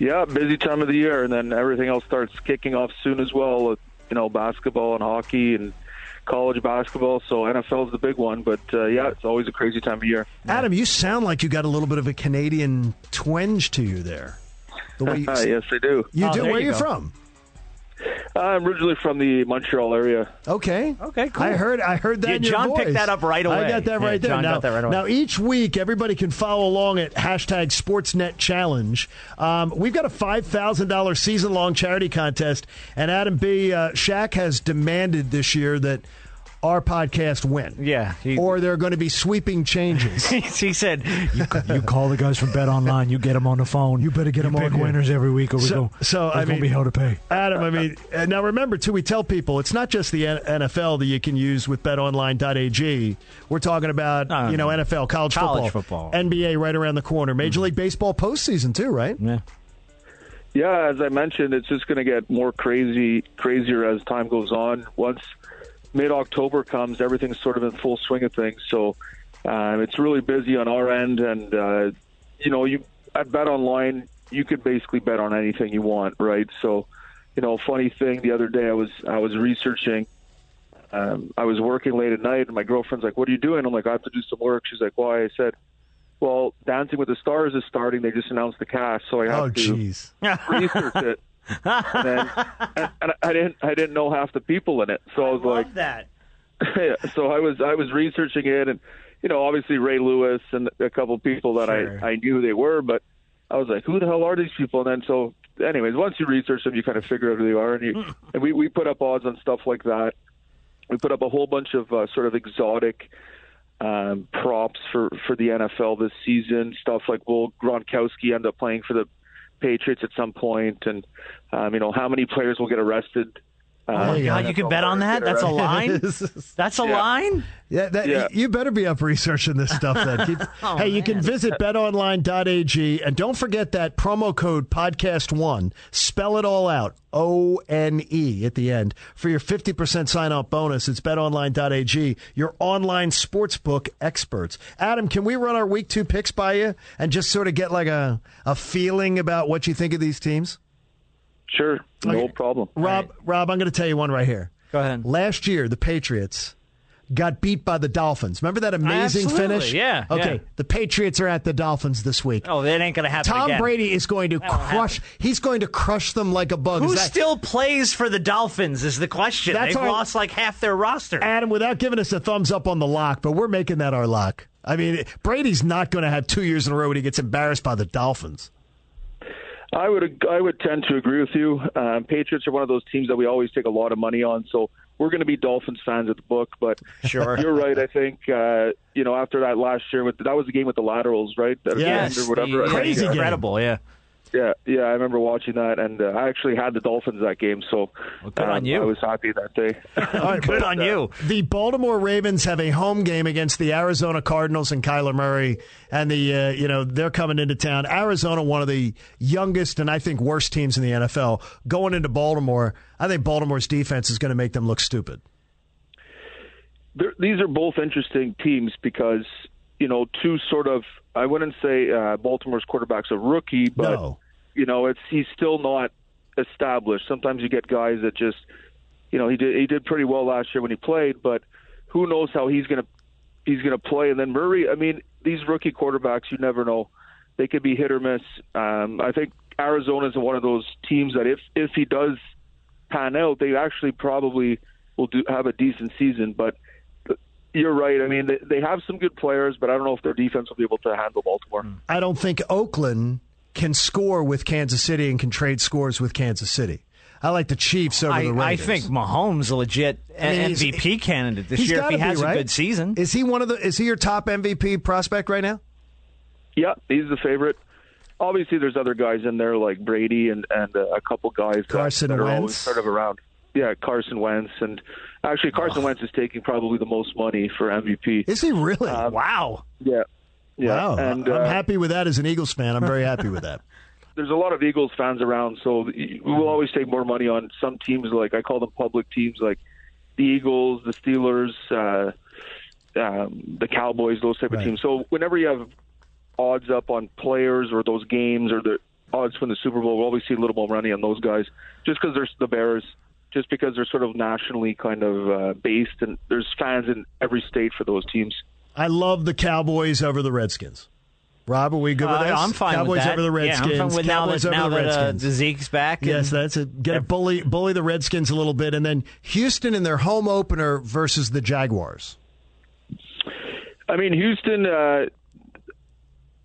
Speaker 10: Yeah, busy time of the year, and then everything else starts kicking off soon as well. uh, You know, basketball and hockey and college basketball. So NFL is the big one, but uh, yeah, it's always a crazy time of year.
Speaker 3: Adam, you sound like you got a little bit of a Canadian twinge to you there. The way you,
Speaker 10: yes, they do.
Speaker 3: you
Speaker 8: Oh,
Speaker 3: do.
Speaker 8: there
Speaker 3: Where are
Speaker 8: you
Speaker 3: you
Speaker 8: go.
Speaker 3: from?
Speaker 10: I'm originally from the Montreal area.
Speaker 3: Okay.
Speaker 8: Okay, cool.
Speaker 3: I heard. I heard that.
Speaker 8: Yeah,
Speaker 3: in your
Speaker 8: John picked
Speaker 3: voice.
Speaker 8: that up right
Speaker 3: I
Speaker 8: away.
Speaker 3: got that
Speaker 8: Yeah,
Speaker 3: right there.
Speaker 8: John
Speaker 3: now,
Speaker 8: got that right away.
Speaker 3: now each week, everybody can follow along at hashtag Sportsnet Challenge. Um, we've got a five thousand dollars season long charity contest, and Adam B. Uh, Shaq has demanded this year that our podcast win.
Speaker 8: Yeah, he-
Speaker 3: or there are going to be sweeping changes.
Speaker 8: he said, you,
Speaker 11: You call the guys from Bet Online. You get them on the phone. You better get them
Speaker 3: pick
Speaker 11: on winners every week, or we
Speaker 3: So-
Speaker 11: go.
Speaker 3: so, I
Speaker 11: there's gonna
Speaker 3: mean-
Speaker 11: be hell to pay.
Speaker 3: Adam, I mean, uh, now remember too, we tell people it's not just the N- NFL that you can use with betonline.ag. We're talking about,
Speaker 11: No, no,
Speaker 3: you know,
Speaker 11: no.
Speaker 3: NFL, college,
Speaker 11: College football.
Speaker 3: football,
Speaker 11: Mm-hmm.
Speaker 3: NBA right around the corner, Major League Baseball postseason too, right?
Speaker 11: Yeah.
Speaker 10: Yeah, as I mentioned, it's just going to get more crazy, crazier as time goes on. Once mid October comes, everything's sort of in full swing of things. So um, it's really busy on our end, and uh, you know, you at Bet Online, you could basically bet on anything you want, right? So, you know, funny thing, the other day I was I was researching. Um, I was working late at night, and my girlfriend's like, "What are you doing?" I'm like, "I have to do some work." She's like, "Why?" I said, "Well, Dancing with the Stars is starting. They just announced the cast, so I have
Speaker 3: Oh,
Speaker 10: to."
Speaker 3: jeez.
Speaker 10: research it. And, then, and, and I didn't I didn't know half the people in it. So I was like
Speaker 8: love that.
Speaker 10: yeah, so I was I was researching it and you know, obviously Ray Lewis and a couple people that
Speaker 8: Sure.
Speaker 10: I, I knew who they were, but I was like, Who the hell are these people? And then so anyways, once you research them you kinda figure out who they are and you and we, we put up odds on stuff like that. We put up a whole bunch of uh, sort of exotic um, props for, for the NFL this season. Stuff like will Gronkowski end up playing for the Patriots at some point, and um, you know how many players will get arrested.
Speaker 3: There
Speaker 10: Uh,
Speaker 3: you go.
Speaker 8: God, you can bet on that? That's a line? That's a
Speaker 10: Yeah.
Speaker 8: line?
Speaker 3: Yeah, that,
Speaker 10: Yeah.
Speaker 3: you better be up researching this stuff then. Keep- hey, you can visit betonline.ag and don't forget that promo code podcast1. Spell it all out O N E at the end for your 50% sign up bonus. It's betonline.ag, your online sportsbook experts. Adam, can we run our week two picks by you and just sort of get like a, a feeling about what you think of these teams?
Speaker 10: Sure, no
Speaker 3: Okay.
Speaker 10: problem.
Speaker 3: Rob, Rob, I'm going to tell you one right here. Go ahead. Last year, the Patriots got beat by the Dolphins. Remember that amazing
Speaker 8: Absolutely,
Speaker 3: finish?
Speaker 8: yeah,
Speaker 3: Okay.
Speaker 8: yeah.
Speaker 3: The Patriots are at the Dolphins this week.
Speaker 8: Oh, that ain't going to happen.
Speaker 3: Tom
Speaker 8: again.
Speaker 3: Brady is going to
Speaker 8: That won't
Speaker 3: crush. He's going to crush them like a bug.
Speaker 8: Who
Speaker 3: Is that-
Speaker 8: still plays for the Dolphins is the question.
Speaker 3: That's
Speaker 8: They've
Speaker 3: our-
Speaker 8: lost like half their roster.
Speaker 3: Adam, without giving us a thumbs up on the lock, but we're making that our lock. I mean, Brady's not going to have two years in a row when he gets embarrassed by the Dolphins.
Speaker 10: I would I would tend to agree with you. Um, Patriots are one of those teams that we always take a lot of money on, so we're going to be Dolphins fans at the book. But
Speaker 8: Sure.
Speaker 10: you're right. I think uh, you know after that last year, with that was the game with the laterals, right? That
Speaker 8: yes,
Speaker 10: end or whatever. I
Speaker 8: the-
Speaker 10: think,
Speaker 8: crazy,
Speaker 10: uh,
Speaker 8: incredible. Yeah,
Speaker 10: Yeah, yeah, I remember watching that, and uh, I actually had the Dolphins that game, so um,
Speaker 8: good on you.
Speaker 10: I was happy that day.
Speaker 8: good on you.
Speaker 3: The Baltimore Ravens have a home game against the Arizona Cardinals and Kyler Murray, and the uh, you know they're coming into town. Arizona, one of the youngest and I think worst teams in the NFL, going into Baltimore. I think Baltimore's defense is going to make them look stupid.
Speaker 10: They're, these are both interesting teams because you know two sort of I wouldn't say uh, Baltimore's quarterback's a rookie, but
Speaker 3: No.
Speaker 10: you know it's he's still not established. Sometimes you get guys that just you know he did he did pretty well last year when he played, but who knows how he's gonna he's gonna play? And then Murray, I mean these rookie quarterbacks, you never know. They could be hit or miss. Um, I think Arizona's one of those teams that if if he does pan out, they actually probably will do have a decent season, but you're right. I mean, they, they have some good players, but I don't know if their defense will be able to handle Baltimore.
Speaker 3: I don't think Oakland can score with Kansas City and can trade scores with Kansas City. I like the Chiefs over
Speaker 8: I,
Speaker 3: the
Speaker 8: I
Speaker 3: Raiders.
Speaker 8: think Mahomes a legit
Speaker 3: I mean, he's-
Speaker 8: MVP candidate this
Speaker 3: He's
Speaker 8: year if
Speaker 3: gotta
Speaker 8: he has
Speaker 3: be, right?
Speaker 8: a good season.
Speaker 3: Is he one of the? Is he your top MVP prospect right now?
Speaker 10: Yeah, he's the favorite. Obviously, there's other guys in there like Brady and and uh, a couple guys that-
Speaker 3: Carson
Speaker 10: that, are always
Speaker 3: Wentz.
Speaker 10: sort of around. Yeah, Carson Wentz, and actually Carson Wentz is taking probably the most money for MVP.
Speaker 3: Is he really?
Speaker 8: Uh,
Speaker 3: wow.
Speaker 10: Yeah, yeah.
Speaker 3: Wow.
Speaker 10: And
Speaker 3: I'm
Speaker 10: uh,
Speaker 3: happy with that as an Eagles fan. I'm very happy with that.
Speaker 10: there's a lot of Eagles fans around, so we will always take more money on some teams. Like I call them public teams, like the Eagles, the Steelers, uh, um, the Cowboys, those type of teams. So whenever you have odds up on players or those games or the odds to win the Super Bowl, we'll always see a little more money on those guys, just because they're the Bears, just because they're sort of nationally kind of uh, based, and there's fans in every state for those teams.
Speaker 3: I love the Cowboys over the Redskins. Rob, are we good with
Speaker 8: Uh,
Speaker 3: that?
Speaker 8: I'm fine
Speaker 3: Cowboys
Speaker 8: with that.
Speaker 3: over the Redskins.
Speaker 8: Yeah, I'm fine with now
Speaker 3: Cowboys
Speaker 8: that, now
Speaker 3: over the
Speaker 8: that uh,
Speaker 3: Redskins.
Speaker 8: Zeke's back. and-
Speaker 3: yes, that's it. Get a bully, bully the Redskins a little bit, and then Houston in their home opener versus the Jaguars.
Speaker 10: I mean, Houston uh,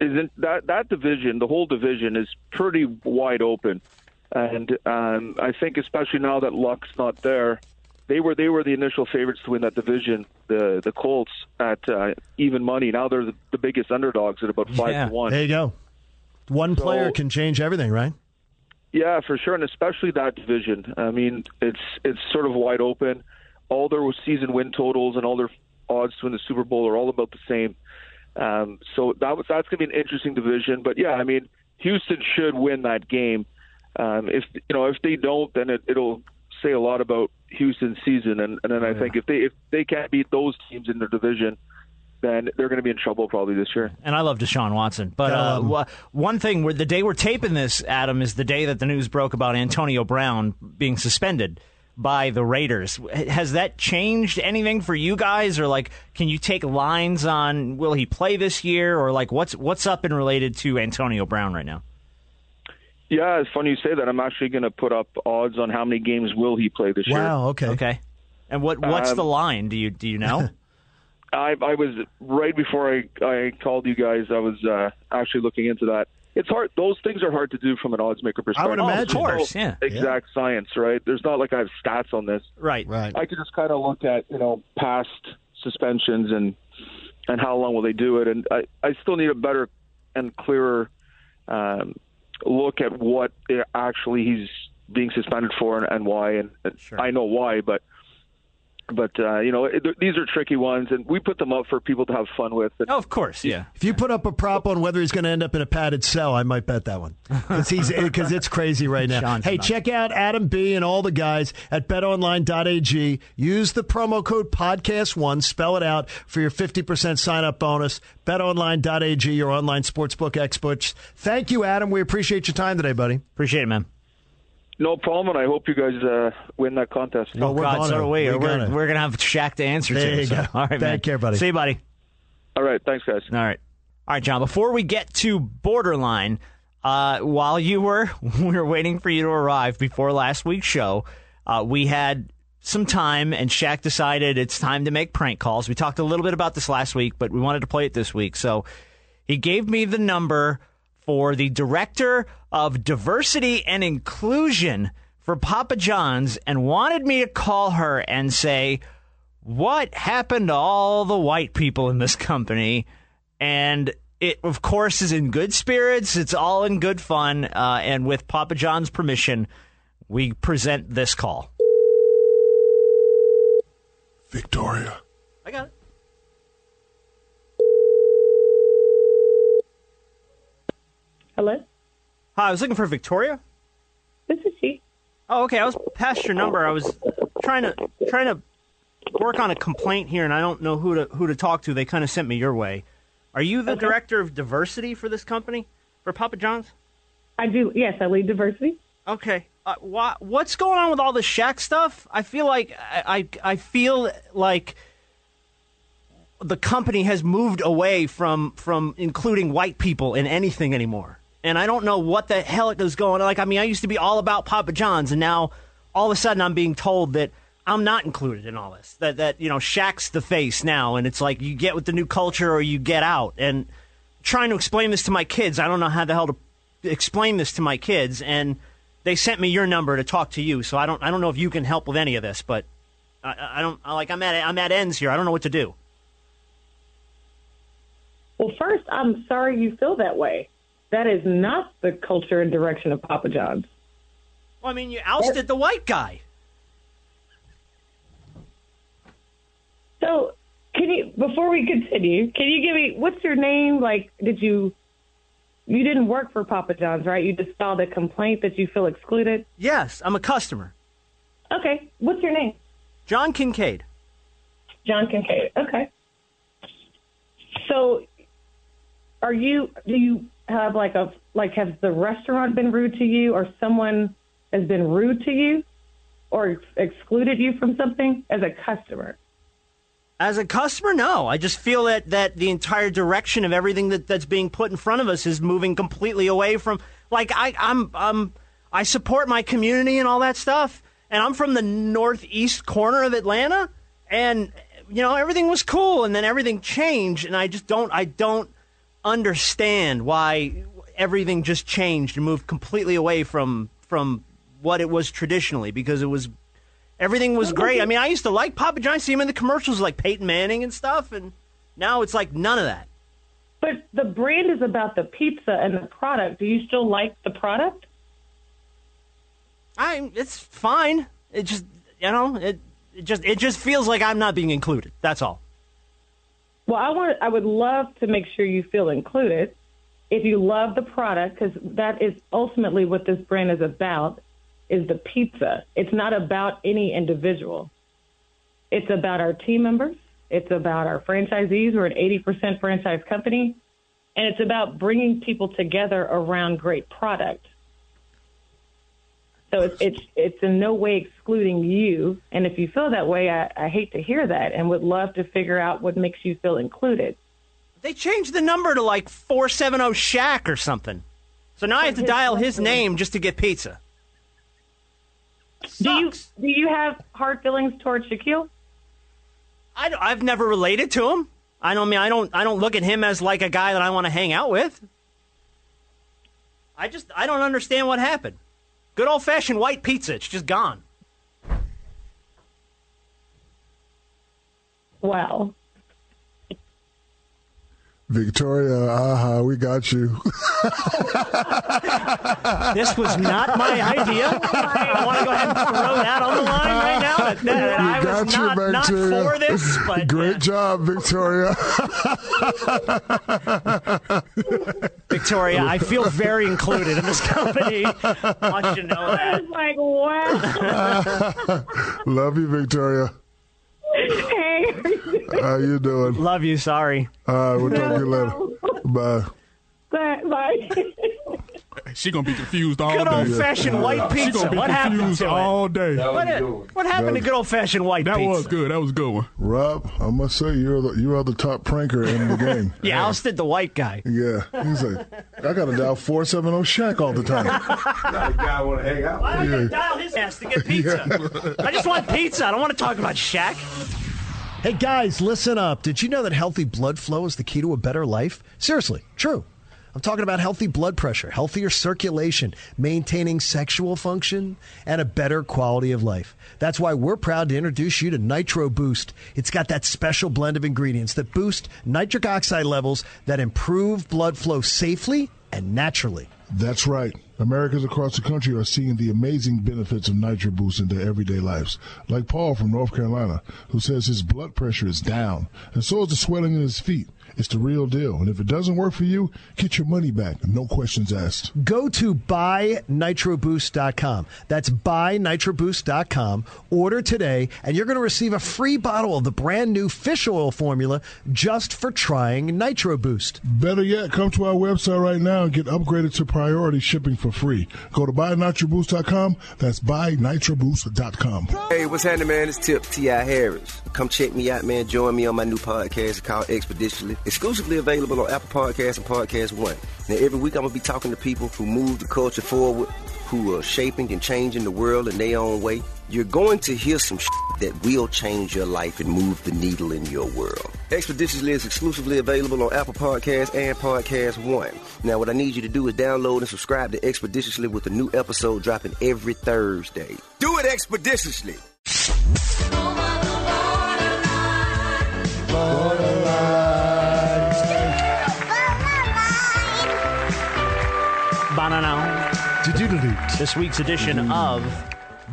Speaker 10: isn't that that division. The whole division is pretty wide open, and um, I think especially now that Luck's not there, they were they were the initial favorites to win that division. The the Colts at uh, even money. Now they're the, the biggest underdogs at about five
Speaker 3: Yeah.
Speaker 10: to one.
Speaker 3: There you go. One
Speaker 10: So-
Speaker 3: player can change everything, right?
Speaker 10: Yeah, for sure, and especially that division. I mean, it's it's sort of wide open. All their season win totals and all their odds to win the Super Bowl are all about the same. Um, so that was, that's going to be an interesting division. But yeah, I mean, Houston should win that game. Um, if you know if they don't, then it, it'll say a lot about Houston's season. And, and then I think if they if they can't beat those teams in their division, then they're going to be in trouble probably this year.
Speaker 8: and I love Deshaun Watson. But
Speaker 10: Gotta
Speaker 8: uh,
Speaker 10: love him.
Speaker 8: wha- one thing, where the day we're taping this, Adam, is the day that the news broke about Antonio Brown being suspended by the Raiders. H- Has that changed anything for you guys, or like, can you take lines on will he play this year, or like, what's what's up and related to Antonio Brown right now?
Speaker 10: Yeah, it's funny you say that. I'm actually going to put up odds on how many games will he play this year.
Speaker 3: okay,
Speaker 8: okay. And what what's
Speaker 10: Um,
Speaker 8: the line? Do you do you know?
Speaker 10: I, I was right before I, I called you guys. I was uh, actually looking into that. It's hard; those things are hard to do from an odds maker perspective.
Speaker 8: Oh, of course,
Speaker 10: No
Speaker 8: yeah.
Speaker 10: Exact science, right? There's not like I have stats on this.
Speaker 8: Right,
Speaker 3: right.
Speaker 10: I could just kind of look at you know past suspensions and and how long will they do it, and I I still need a better and clearer um, look at what it- actually he's being suspended for and, and why, and, and I know why, but but uh, you know it, these are tricky ones, and we put them up for people to have fun with. And,
Speaker 8: of course, yeah.
Speaker 3: If you put up a prop on whether he's going to end up in a padded cell, I might bet that one because he's because it's crazy right now.
Speaker 8: Sean's
Speaker 3: hey,
Speaker 8: nuts.
Speaker 3: check out Adam B and all the guys at BetOnline.ag. Use the promo code Podcast One. Spell it out for your fifty percent sign up bonus. BetOnline.ag, your online sportsbook experts. Thank you, Adam. We appreciate your time today, buddy.
Speaker 8: Appreciate it, man.
Speaker 10: No problem, and I hope you guys uh, win that contest.
Speaker 8: Oh, God, so do we. We're, we're, going to have Shaq to answer
Speaker 10: There
Speaker 8: to.
Speaker 10: you
Speaker 8: so-
Speaker 10: go.
Speaker 8: All right,
Speaker 10: Take
Speaker 8: man.
Speaker 10: care, buddy.
Speaker 8: See you, buddy.
Speaker 10: All right, thanks, guys.
Speaker 8: All right. All right, John, before we get to Borderline, uh, while you were, we were waiting for you to arrive before last week's show, uh, we had some time and Shaq decided it's time to make prank calls. We talked a little bit about this last week, but we wanted to play it this week. So he gave me the number for the director of diversity and inclusion for Papa John's and wanted me to call her and say, What happened to all the white people in this company? And it, of course, is in good spirits. It's all in good fun. Uh, and with Papa John's permission, we present this call.
Speaker 5: Victoria.
Speaker 8: I got it.
Speaker 12: Hello?
Speaker 8: Hi, I was looking for Victoria.
Speaker 12: This is she.
Speaker 8: Oh, okay. I was past your number. I was trying to trying to work on a complaint here, and I don't know who to who to talk to. They kind of sent me your way. Are you the director of diversity for this company for Papa John's?
Speaker 12: I do. Yes, I lead diversity.
Speaker 8: Okay. Uh, why, what's going on with all this Shaq stuff? I feel like I, I I feel like the company has moved away from from including white people in anything anymore. And I don't know what the hell it was going on. Like I mean, I used to be all about Papa John's, and now all of a sudden I'm being told that I'm not included in all this. That that you know Shaq's the face now, and it's like you get with the new culture or you get out. And trying to explain this to my kids, I don't know how the hell to explain this to my kids. And they sent me your number to talk to you, so I don't I don't know if you can help with any of this, but I- I, I don't I, like I'm at I'm at ends here. I don't know what to do.
Speaker 12: Well, first, um, I'm sorry you feel that way. That is not the culture and direction of Papa John's.
Speaker 8: Well, I mean, you ousted the white guy.
Speaker 12: So, can you, before we continue, can you give me what's your name? Like, did you, you didn't work for Papa John's, right? You just filed a complaint that you feel excluded?
Speaker 8: Yes, I'm a customer.
Speaker 12: Okay. What's your name?
Speaker 8: John Kincaid.
Speaker 12: John Kincaid. Okay. So, are you? Do you have like a like? Has the restaurant been rude to you, or someone has been rude to you, or ex- excluded you from something as a customer?
Speaker 8: As a customer, no. I just feel that, that the entire direction of everything that, that's being put in front of us is moving completely away from like I, I'm I'm I support my community and all that stuff. And I'm from the northeast corner of Atlanta and you know, everything was cool and then everything changed and I just don't I don't understand why everything just changed and moved completely away from from what it was traditionally because it was Everything was great. I mean, I used to like Papa John's, see him in the commercials like Peyton Manning and stuff, and now it's like none of that.
Speaker 12: But the brand is about the pizza and the product. Do you still like the product?
Speaker 8: I it's fine. It just you know it, it just it just feels like I'm not being included. That's all.
Speaker 12: Well, I want. I would love to make sure you feel included. If you love the product, because that is ultimately what this brand is about, is the pizza. It's not about any individual. It's about our team members. It's about our franchisees. We're an 80% franchise company, and it's about bringing people together around great product. So it's it's, it's in no way excluding you. And if you feel that way, I, I hate to hear that, and would love to figure out what makes you feel included.
Speaker 8: They changed the number to like four seven zero Shack or something. So now I have to dial his name just to get pizza.
Speaker 12: Do you do you have hard feelings towards Shaquille?
Speaker 8: I have never related to him. I don't I mean I don't I don't look at him as like a guy that I want to hang out with. I just I don't understand what happened. Good old fashioned white pizza. It's just gone.
Speaker 12: Wow.
Speaker 5: Victoria, aha, we got you.
Speaker 8: this was not my idea. I want to go ahead and throw that on the line right now. That, that I
Speaker 5: we
Speaker 8: was
Speaker 5: got
Speaker 8: not,
Speaker 5: you,
Speaker 8: not
Speaker 5: Victoria.
Speaker 8: for this, but uh,
Speaker 5: Great job, Victoria.
Speaker 8: Victoria, I feel very included in this company. I should know that.
Speaker 12: like, wow.
Speaker 5: Love you, Victoria.
Speaker 12: hey.
Speaker 5: How you doing?
Speaker 8: Love you. Sorry.
Speaker 5: All right, we'll talk to you later. Bye.
Speaker 12: Bye.
Speaker 9: She gonna be confused all
Speaker 8: Good
Speaker 9: day.
Speaker 8: old-fashioned white
Speaker 9: She
Speaker 8: pizza.
Speaker 9: gonna be
Speaker 8: What happened
Speaker 9: confused
Speaker 8: to it?
Speaker 9: all day.
Speaker 8: That was What- a good one. what happened to good old-fashioned white
Speaker 9: That was
Speaker 8: pizza?
Speaker 9: good. That was a good one.
Speaker 5: Rob, I must say you are the you are the top pranker in the game.
Speaker 8: You ousted the white guy.
Speaker 5: Yeah, he's like, I gotta dial four seven zero Shaq all the time.
Speaker 13: guy want to hang out.
Speaker 8: Why would
Speaker 5: Yeah.
Speaker 8: they dial his ass to get pizza? I just want pizza. I don't want to talk about Shaq.
Speaker 3: Hey guys, listen up. Did you know that healthy blood flow is the key to a better life? Seriously, true. I'm talking about healthy blood pressure, healthier circulation, maintaining sexual function, and a better quality of life. That's why we're proud to introduce you to Nitro Boost. It's got that special blend of ingredients that boost nitric oxide levels that improve blood flow safely and naturally.
Speaker 5: That's right. Americans across the country are seeing the amazing benefits of Nitro Boost in their everyday lives. Like Paul from North Carolina, who says his blood pressure is down, and so is the swelling in his feet. It's the real deal. And if it doesn't work for you, get your money back. No questions asked.
Speaker 3: Go to buynitroboost.com. That's buynitroboost.com. Order today, and you're going to receive a free bottle of the brand new fish oil formula just for trying Nitro Boost.
Speaker 5: Better yet, come to our website right now and get upgraded to priority shipping for free. Go to buynitroboost.com. That's buynitroboost.com.
Speaker 13: Hey, what's happening, man? It's Tip T.I. Harris. Come check me out, man. Join me on my new podcast called Expeditionally, exclusively available on Apple Podcasts and Podcast One. Now, every week I'm going to be talking to people who move the culture forward, who are shaping and changing the world in their own way. You're going to hear some shit that will change your life and move the needle in your world. Expeditiously is exclusively available on Apple Podcasts and Podcast One. Now, what I need you to do is download and subscribe to Expeditiously with a new episode dropping every Thursday. Do it expeditiously.
Speaker 8: Ba-na-na. This week's edition
Speaker 3: Mm.
Speaker 8: of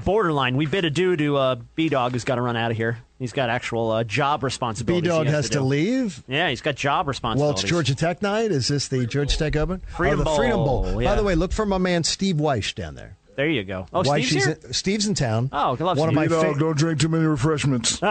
Speaker 8: Borderline. We bid adieu to uh, B Dog, who's got to run out of here. He's got actual uh, job
Speaker 3: B
Speaker 8: responsibilities.
Speaker 3: Dog
Speaker 8: he
Speaker 3: has to
Speaker 8: do.
Speaker 3: leave.
Speaker 8: Yeah, he's got job
Speaker 3: Well,
Speaker 8: responsibilities.
Speaker 3: it's Georgia Tech night. Is this the Georgia Tech Open?
Speaker 8: Freedom
Speaker 3: oh, the Freedom
Speaker 8: Bowl,
Speaker 3: Bowl.
Speaker 8: yeah.
Speaker 3: By the way, look for my man Steve Weish down there.
Speaker 8: There you go. Oh,
Speaker 3: Weish,
Speaker 8: Steve's here?
Speaker 3: he's in, Steve's in town.
Speaker 8: Oh, I love
Speaker 3: One of
Speaker 8: Steve.
Speaker 3: my
Speaker 8: B-Dog,
Speaker 3: fa-
Speaker 5: Don't drink too many refreshments.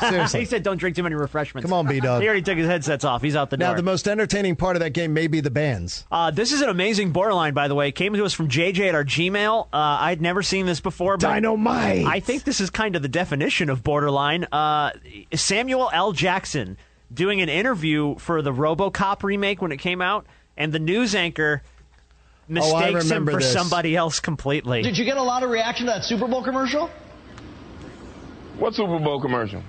Speaker 3: Seriously.
Speaker 8: he said, "Don't drink too many refreshments."
Speaker 3: Come on, B-Dog.
Speaker 8: He already took his headsets off. He's out the
Speaker 3: Now,
Speaker 8: door.
Speaker 3: the most entertaining part of that game may be the bands.
Speaker 8: Uh, this is an amazing borderline, by the way. It came to us from JJ at our Gmail. Uh, I'd never seen this before. But
Speaker 3: Dynamite!
Speaker 8: I think this is kind of the definition of borderline. Uh, Samuel L. Jackson doing an interview for the RoboCop remake when it came out, and the news
Speaker 3: Oh,
Speaker 8: anchor mistakes him
Speaker 14: remember
Speaker 8: for
Speaker 14: this.
Speaker 8: somebody else completely.
Speaker 14: Did you get a lot of reaction to that Super Bowl commercial?
Speaker 15: What Super Bowl commercial?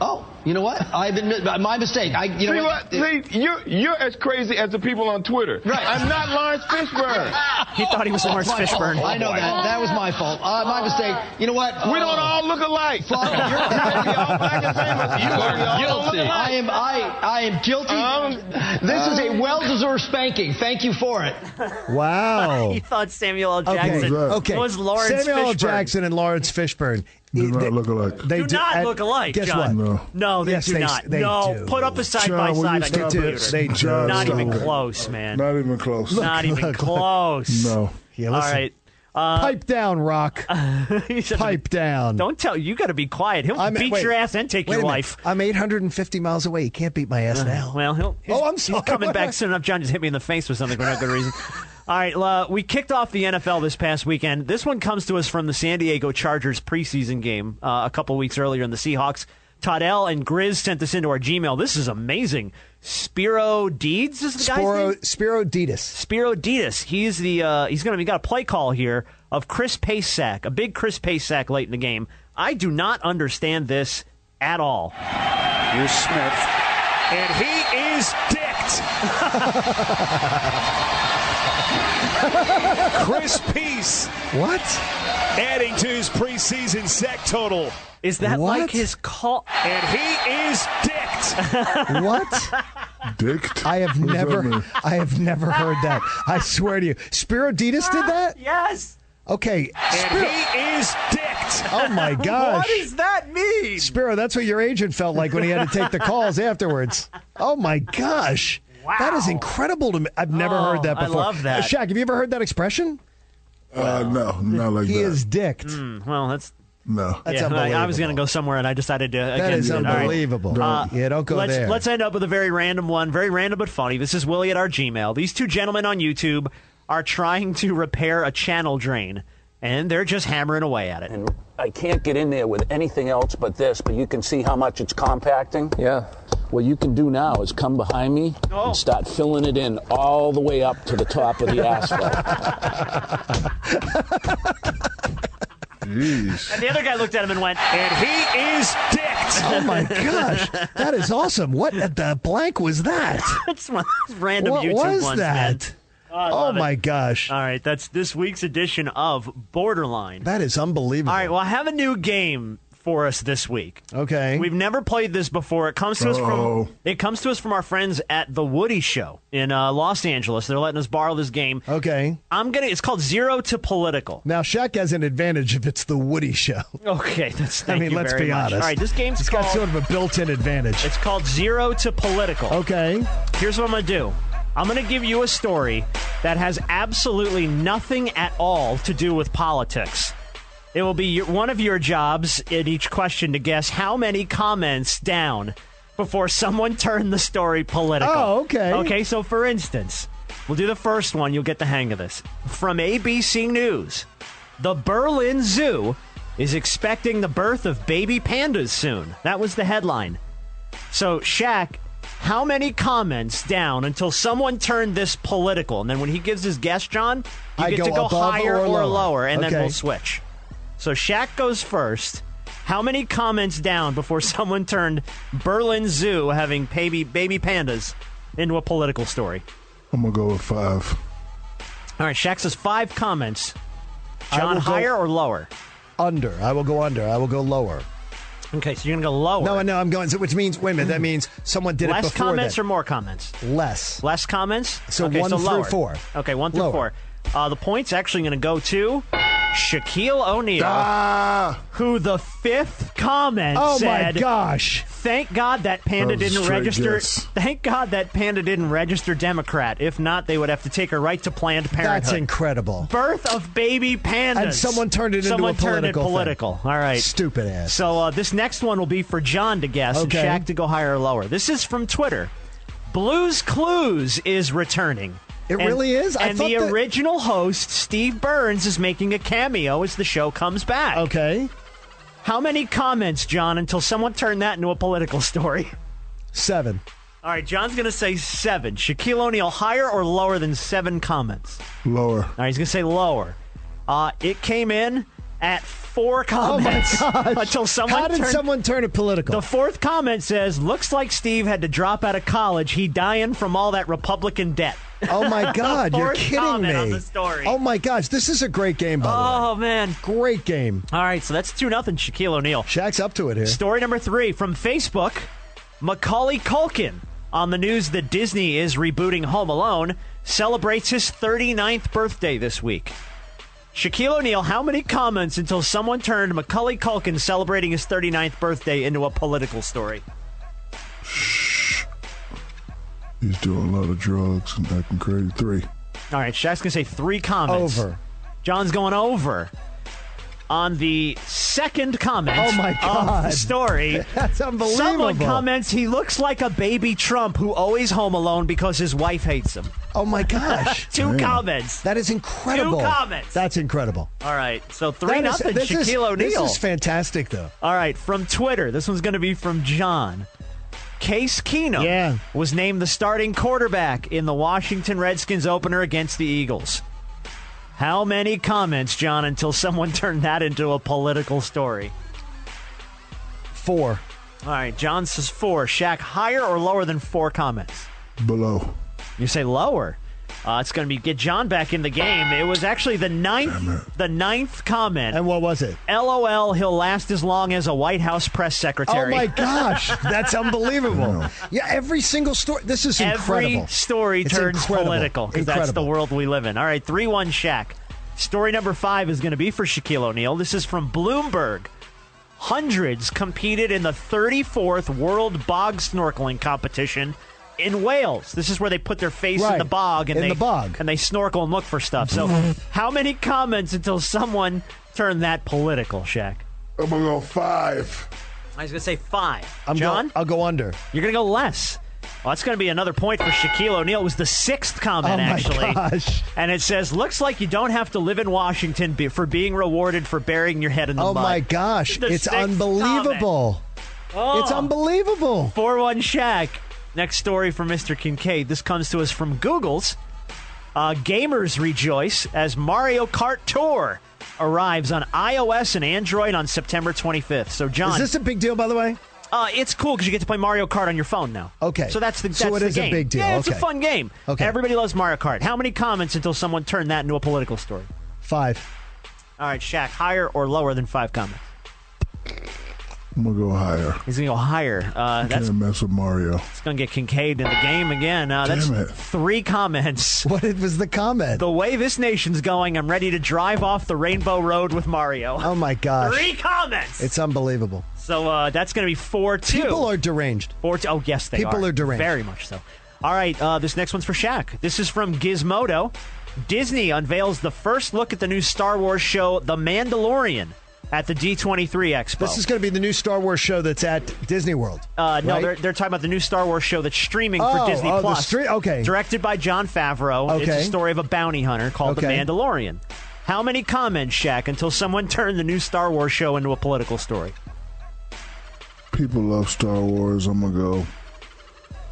Speaker 14: Oh, you know what? I admit my mistake. I, you
Speaker 15: see
Speaker 14: know
Speaker 15: what? See, you're, you're as crazy as the people on Twitter.
Speaker 14: Right.
Speaker 15: I'm not Lawrence Fishburne.
Speaker 8: He thought he
Speaker 3: Oh,
Speaker 8: was Lawrence
Speaker 14: My fault.
Speaker 8: Fishburne.
Speaker 14: I know that. That was my fault. Uh, my mistake. You know what?
Speaker 15: We don't all look alike. You are guilty.
Speaker 14: I am. I. I am guilty.
Speaker 5: Um,
Speaker 14: this is a well-deserved spanking. Thank you for it.
Speaker 3: Wow.
Speaker 8: he thought Samuel L.
Speaker 3: Oh. Okay.
Speaker 8: Jackson
Speaker 3: okay.
Speaker 8: was Lawrence
Speaker 3: Samuel L.
Speaker 8: Fishburne.
Speaker 3: Jackson and Lawrence Fishburne
Speaker 5: Do not look alike.
Speaker 3: They
Speaker 8: do, not
Speaker 3: and
Speaker 8: look alike.
Speaker 3: Guess
Speaker 8: John.
Speaker 3: what?
Speaker 8: No, they
Speaker 3: Yes,
Speaker 8: do
Speaker 3: they-
Speaker 8: not.
Speaker 3: they
Speaker 8: no,
Speaker 3: do.
Speaker 8: put up a side
Speaker 5: John,
Speaker 8: by
Speaker 5: will you
Speaker 8: side on
Speaker 5: stop
Speaker 8: your
Speaker 5: it?
Speaker 8: computer.
Speaker 5: They do.
Speaker 8: Not
Speaker 5: Stop
Speaker 8: even
Speaker 5: it.
Speaker 8: close, man.
Speaker 5: Not even close.
Speaker 8: not even close.
Speaker 5: No.
Speaker 3: Yeah,
Speaker 8: All
Speaker 3: listen.
Speaker 8: right. Uh,
Speaker 3: Pipe down, Rock. Pipe down.
Speaker 8: Don't tell. You got to be quiet. He'll
Speaker 3: I'm-
Speaker 8: beat
Speaker 3: wait.
Speaker 8: your ass and take
Speaker 3: Wait
Speaker 8: your
Speaker 3: a minute.
Speaker 8: life. Uh,
Speaker 3: I'm 850 miles away. He can't beat my ass now.
Speaker 8: Well, he'll. he's-
Speaker 3: Oh, I'm sorry.
Speaker 8: He's coming back soon enough. John just hit me in the face with something for no good reason. All right, uh, we kicked off the NFL this past weekend. This one comes to us from the San Diego Chargers preseason game uh, a couple weeks earlier in the Seahawks. Todd L. and Grizz sent this into our Gmail. This is amazing. Spiro Deeds is the guy's name?
Speaker 3: Spiro, Spiro Ditas.
Speaker 8: Spiro Ditas. He's the uh, he's going to be got a play call here of Chris Pace sack, a big Chris Pace sack late in the game. I do not understand this at all.
Speaker 16: Here's Smith, and he is dicked. Chris Peace.
Speaker 3: What?
Speaker 16: Adding to his preseason sack total.
Speaker 8: Is that like his call?
Speaker 16: And he is dicked.
Speaker 3: What?
Speaker 5: Dicked?
Speaker 3: I have
Speaker 5: What does that
Speaker 3: never,
Speaker 5: mean?
Speaker 3: I have never heard that. I swear to you, Spiro Ditas did that.
Speaker 8: Yes.
Speaker 3: Okay. Spiro-
Speaker 16: He is dicked.
Speaker 3: Oh my gosh.
Speaker 8: that mean?
Speaker 3: Spiro, that's what your agent felt like when he had to take the calls afterwards. Oh my gosh. That is incredible to me. I've never
Speaker 8: Oh,
Speaker 3: heard that
Speaker 8: I
Speaker 3: before.
Speaker 8: love that.
Speaker 3: Uh, Shaq, have you ever heard that expression?
Speaker 5: Uh, no, not like
Speaker 3: he
Speaker 5: that.
Speaker 3: is dicked.
Speaker 8: Mm, well, that's
Speaker 5: No.
Speaker 3: That's
Speaker 8: yeah, I- I was
Speaker 3: unbelievable.
Speaker 8: going to go somewhere, and I decided to.
Speaker 3: That
Speaker 8: against
Speaker 3: is
Speaker 8: it. All right.
Speaker 3: unbelievable.
Speaker 8: Uh,
Speaker 3: yeah, don't go
Speaker 8: let's,
Speaker 3: there.
Speaker 8: Let's end up with a very random one, very random but funny. This is Willie at our Gmail. These two gentlemen on YouTube are trying to repair a channel drain, and they're just hammering away at it.
Speaker 17: I can't get in there with anything else but this, but you can see how much it's compacting. Yeah. What you can do now is come behind me and start filling it in all the way up to the top of the asphalt.
Speaker 8: And the other guy looked at him and went, and he is dicked.
Speaker 3: Oh my gosh, that is awesome! What at the blank was that?
Speaker 8: That's one of those random
Speaker 3: What
Speaker 8: YouTube
Speaker 3: was
Speaker 8: ones, man.
Speaker 3: that?
Speaker 8: Oh, I
Speaker 3: Oh
Speaker 8: love it. Uh,
Speaker 3: my gosh,
Speaker 8: All right, that's this week's edition of Borderline.
Speaker 3: that is unbelievable.
Speaker 8: All right, well, I have a new game for us this week.
Speaker 3: Okay.
Speaker 8: We've never played this before. It comes to us
Speaker 3: Uh-oh.
Speaker 8: from it comes to us from our friends at the Woody Show in uh, Los Angeles. They're letting us borrow this game.
Speaker 3: Okay.
Speaker 8: I'm gonna. It's called Zero to Political.
Speaker 3: Now Shaq has an advantage if it's the Woody show.
Speaker 8: Okay, that's.
Speaker 3: I
Speaker 8: Thank
Speaker 3: mean,
Speaker 8: you
Speaker 3: let's
Speaker 8: very
Speaker 3: be
Speaker 8: much.
Speaker 3: honest.
Speaker 8: All right, this game's
Speaker 3: It's
Speaker 8: called.
Speaker 3: got sort of a built-in advantage.
Speaker 8: It's called Zero to Political.
Speaker 3: Okay.
Speaker 8: Here's what I'm going to do I'm going to give you a story that has absolutely nothing at all to do with politics. It will be your, one of your jobs in each question to guess how many comments down before someone turned the story political.
Speaker 3: Oh, okay.
Speaker 8: Okay, so for instance, we'll do the first one. You'll get the hang of this. From ABC News The Berlin Zoo is expecting the birth of baby pandas soon. That was the headline. So, Shaq, how many comments down until someone turned this political? And then when he gives his guess, John, you
Speaker 3: I
Speaker 8: get
Speaker 3: go
Speaker 8: to go
Speaker 3: above
Speaker 8: higher
Speaker 3: or
Speaker 8: or lower,
Speaker 3: lower.
Speaker 8: and then
Speaker 3: Okay.
Speaker 8: we'll switch. So, Shaq goes first. How many comments down before someone turned Berlin Zoo having baby, baby pandas into a political story?
Speaker 5: I'm gonna go with five.
Speaker 8: All right, Shaq says five comments.
Speaker 3: I
Speaker 8: John,
Speaker 3: will go-
Speaker 8: higher or lower?
Speaker 3: Under. I will go under. I will go lower.
Speaker 8: Okay, so you're going to go lower.
Speaker 3: No, no, I'm going. so- Which means, wait a minute. That means someone did
Speaker 8: Less
Speaker 3: it before
Speaker 8: comments
Speaker 3: then.
Speaker 8: or more comments?
Speaker 3: less.
Speaker 8: Less comments.
Speaker 3: So
Speaker 8: okay,
Speaker 3: one
Speaker 8: so
Speaker 3: through
Speaker 8: lower.
Speaker 3: four.
Speaker 8: Okay, one through
Speaker 3: Lower.
Speaker 8: four. Uh, the points actually going to go to Shaquille O'Neal, who the fifth comment
Speaker 3: Ah. Oh, my
Speaker 8: said,
Speaker 3: gosh.
Speaker 8: Thank God that panda
Speaker 5: That was a
Speaker 8: didn't
Speaker 5: straight
Speaker 8: register.
Speaker 5: guess.
Speaker 8: Thank God that panda didn't register Democrat. If not, they would have to take her right to Planned Parenthood."
Speaker 3: That's incredible.
Speaker 8: Birth of baby pandas.
Speaker 3: And someone turned it into
Speaker 8: Someone
Speaker 3: a
Speaker 8: turned it
Speaker 3: political thing.
Speaker 8: political. All right.
Speaker 3: Stupid ass.
Speaker 8: So uh, this next one will be for John to guess
Speaker 3: Okay.
Speaker 8: and Shaq to go higher or lower. This is from Twitter. Blues Clues is returning.
Speaker 3: It
Speaker 8: And-
Speaker 3: really is? I
Speaker 8: and
Speaker 3: thought
Speaker 8: the
Speaker 3: that-
Speaker 8: original host, Steve Burns, is making a cameo as the show comes back.
Speaker 3: Okay.
Speaker 8: How many comments, John, until someone turned that into a political story?
Speaker 3: Seven.
Speaker 8: All right, John's going to say seven. Shaquille O'Neal, higher or lower than seven comments?
Speaker 5: Lower.
Speaker 8: All right, he's going to say lower. Uh, it came in at four
Speaker 3: Oh my
Speaker 8: comments
Speaker 3: gosh!
Speaker 8: until someone
Speaker 3: How did
Speaker 8: turned.
Speaker 3: someone turn it political?
Speaker 8: the fourth comment says, "Looks like Steve had to drop out of college. He dying from all that Republican debt."
Speaker 3: oh my God! You're
Speaker 8: Fourth
Speaker 3: kidding me.
Speaker 8: comment on the story.
Speaker 3: Oh my gosh! This is a great game, by the way.
Speaker 8: Oh man!
Speaker 3: Great game.
Speaker 8: All right, so that's two nothing. Shaquille O'Neal.
Speaker 3: Shaq's up to it here.
Speaker 8: Story number three from Facebook Macaulay Culkin on the news that Disney is rebooting Home Alone celebrates his 39th birthday this week. Shaquille O'Neal, how many comments until someone turned Macaulay Culkin celebrating his 39th birthday into a political story?
Speaker 5: He's doing a lot of drugs and acting crazy. Three.
Speaker 8: All right, Shaq's going to say three comments.
Speaker 3: Over.
Speaker 8: John's going over. On the second comment
Speaker 3: Oh my
Speaker 8: of the
Speaker 3: God.
Speaker 8: story,
Speaker 3: That's unbelievable.
Speaker 8: someone comments he looks like a baby Trump who always home alone because his wife hates him.
Speaker 3: Oh my gosh!
Speaker 8: Two comments.
Speaker 3: that is incredible.
Speaker 8: comments.
Speaker 3: That's incredible.
Speaker 8: All right, so three
Speaker 3: That is-
Speaker 8: nothing.
Speaker 3: this is-
Speaker 8: Shaquille O'Neal.
Speaker 3: This is fantastic, though.
Speaker 8: All right, from Twitter. This one's going to be from John. Case Keenum
Speaker 3: Yeah.
Speaker 8: was named the starting quarterback in the Washington Redskins opener against the Eagles. How many comments, John, until someone turned that into a political story?
Speaker 3: Four.
Speaker 8: All right, John says four. Shaq, higher or lower than four comments?
Speaker 5: Below.
Speaker 8: You say lower. Uh, it's going to be get John back in the game. It was actually the ninth, the ninth comment.
Speaker 3: And what was it?
Speaker 8: LOL, he'll last as long as a White House press secretary.
Speaker 3: Oh my gosh, that's unbelievable! Yeah, every single story. This is
Speaker 8: Every
Speaker 3: incredible.
Speaker 8: story
Speaker 3: It's
Speaker 8: turns
Speaker 3: incredible.
Speaker 8: political because that's the
Speaker 3: Incredible.
Speaker 8: world we live in. All right, 3 1 Shaq. Story number five is going to be for Shaquille O'Neal. This is from Bloomberg. Hundreds competed in the 34th World Bog Snorkeling Competition in Wales. This is where they put their face in
Speaker 3: Right,
Speaker 8: the bog and
Speaker 3: in
Speaker 8: they
Speaker 3: the bog.
Speaker 8: and they snorkel and look for stuff. So, how many comments until someone turned that political, Shaq?
Speaker 5: I'm gonna go five.
Speaker 8: I was going to say five.
Speaker 3: I'm
Speaker 8: John?
Speaker 3: Go, I'll go under.
Speaker 8: You're going to go less. Well, that's going to be another point for Shaquille O'Neal. It was the sixth comment,
Speaker 3: Oh, my
Speaker 8: actually.
Speaker 3: gosh.
Speaker 8: And it says, looks like you don't have to live in Washington be- for being rewarded for burying your head in the
Speaker 3: Oh
Speaker 8: mud.
Speaker 3: my gosh,
Speaker 8: The
Speaker 3: it's
Speaker 8: sixth
Speaker 3: unbelievable.
Speaker 8: comment.
Speaker 3: It's
Speaker 8: Oh.
Speaker 3: unbelievable.
Speaker 8: 4 1 Shaq. Next story from Mr. Kincaid. This comes to us from Google's. Uh, gamers rejoice as Mario Kart Tour arrives on iOS and Android on September 25th. So, John.
Speaker 3: Is this a big deal, by the way?
Speaker 8: Uh, it's cool because you get to play Mario Kart on your phone now.
Speaker 3: Okay.
Speaker 8: So that's the that's
Speaker 3: So it
Speaker 8: the
Speaker 3: is a
Speaker 8: game.
Speaker 3: big deal.
Speaker 8: Yeah, it's a
Speaker 3: Okay.
Speaker 8: fun game.
Speaker 3: Okay.
Speaker 8: Everybody loves Mario Kart. How many comments until someone turned that into a political story?
Speaker 3: Five.
Speaker 8: All right, Shaq, higher or lower than five comments?
Speaker 5: I'm gonna go higher.
Speaker 8: He's gonna go higher. Uh, that's
Speaker 5: Can't mess with Mario.
Speaker 8: it's gonna get Kincaid in the game again. Uh, that's
Speaker 5: Damn it.
Speaker 8: three comments.
Speaker 3: What was the comment?
Speaker 8: The way this nation's going, I'm ready to drive off the rainbow road with Mario.
Speaker 3: Oh my gosh.
Speaker 8: Three comments.
Speaker 3: It's unbelievable.
Speaker 8: So uh, that's going to be four two.
Speaker 3: People are deranged.
Speaker 8: Four two. Oh yes, they are.
Speaker 3: People are deranged.
Speaker 8: Very much so. All right, uh, this next one's for Shaq. This is from Gizmodo. Disney unveils the first look at the new Star Wars show, The Mandalorian, at the D23 Expo.
Speaker 3: This is going to be the new Star Wars show that's at Disney World.
Speaker 8: Uh, no,
Speaker 3: right?
Speaker 8: they're, they're talking about the new Star Wars show that's streaming
Speaker 3: Oh,
Speaker 8: for Disney
Speaker 3: oh, the
Speaker 8: Plus.
Speaker 3: stre- okay.
Speaker 8: Directed by John Favreau. It's
Speaker 3: Okay.
Speaker 8: a story of a bounty hunter called
Speaker 3: Okay.
Speaker 8: The Mandalorian. How many comments, Shaq, until someone turned the new Star Wars show into a political story?
Speaker 5: People love Star Wars. I'm gonna go.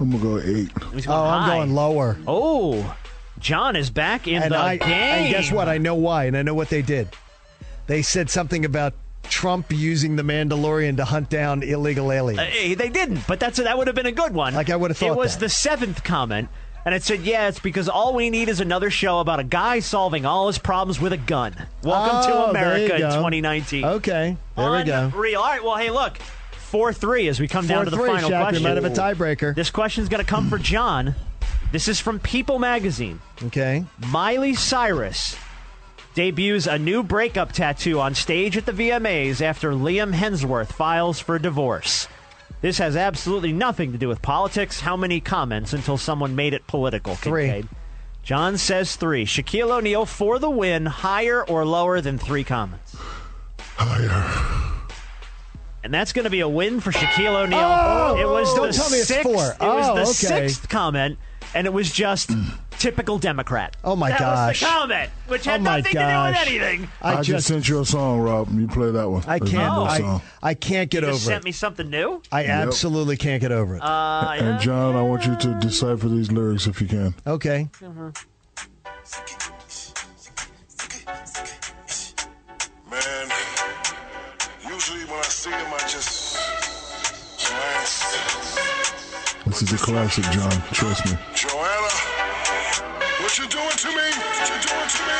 Speaker 5: I'm gonna go eight.
Speaker 8: He's
Speaker 3: Oh,
Speaker 8: high.
Speaker 3: I'm going lower.
Speaker 8: Oh, John is back in
Speaker 3: and
Speaker 8: the
Speaker 3: I
Speaker 8: game.
Speaker 3: and guess what? I know why, and I know what they did. They said something about Trump using the Mandalorian to hunt down illegal aliens.
Speaker 8: Uh, eh, they didn't, but that's that would have been a good one.
Speaker 3: Like, I would've
Speaker 8: It
Speaker 3: thought
Speaker 8: was
Speaker 3: that.
Speaker 8: the seventh comment, and it said, "Yeah, it's because all we need is another show about a guy solving all his problems with a gun." Welcome to
Speaker 3: Oh, there you
Speaker 8: America in
Speaker 3: go.
Speaker 8: 2019.
Speaker 3: Okay, there we go.
Speaker 8: Unreal. All right. Well, hey, look, four three as we come down to the
Speaker 3: 4-3,
Speaker 8: final
Speaker 3: Shaq, we
Speaker 8: question.
Speaker 3: might have a tiebreaker.
Speaker 8: This question's going to come for John. This is from People Magazine.
Speaker 3: Okay.
Speaker 8: Miley Cyrus debuts a new breakup tattoo on stage at the VMAs after Liam Hemsworth files for divorce. This has absolutely nothing to do with politics. How many comments until someone made it political?
Speaker 3: Three.
Speaker 8: Kincaid? John says three. Shaquille O'Neal for the win, higher or lower than three comments?
Speaker 5: Higher.
Speaker 8: And that's going to be a win for Shaquille O'Neal.
Speaker 3: Oh!
Speaker 8: it was
Speaker 3: Don't
Speaker 8: the
Speaker 3: tell me it's
Speaker 8: sixth,
Speaker 3: four.
Speaker 8: It was
Speaker 3: Oh,
Speaker 8: the
Speaker 3: okay.
Speaker 8: sixth comment, and it was just typical Democrat.
Speaker 3: Oh my
Speaker 8: that
Speaker 3: gosh!
Speaker 8: was the comment, which had
Speaker 3: oh my
Speaker 8: nothing
Speaker 3: gosh.
Speaker 8: to do with anything.
Speaker 5: I,
Speaker 3: I,
Speaker 5: just,
Speaker 3: just,
Speaker 5: sent you a song, Rob. You play that one.
Speaker 3: I
Speaker 5: There's
Speaker 3: can't.
Speaker 8: Oh,
Speaker 5: no
Speaker 3: I,
Speaker 5: song.
Speaker 3: I can't get
Speaker 8: You just
Speaker 3: over it.
Speaker 8: sent me something new.
Speaker 3: I absolutely can't get over it.
Speaker 8: Uh, yeah.
Speaker 5: and John, I want you to decipher these lyrics if you can.
Speaker 3: okay.
Speaker 18: Man, usually when I see him, I just glance.
Speaker 5: This is a classic, John. Trust me.
Speaker 18: Joanna, what you doing to me? What you doing to me?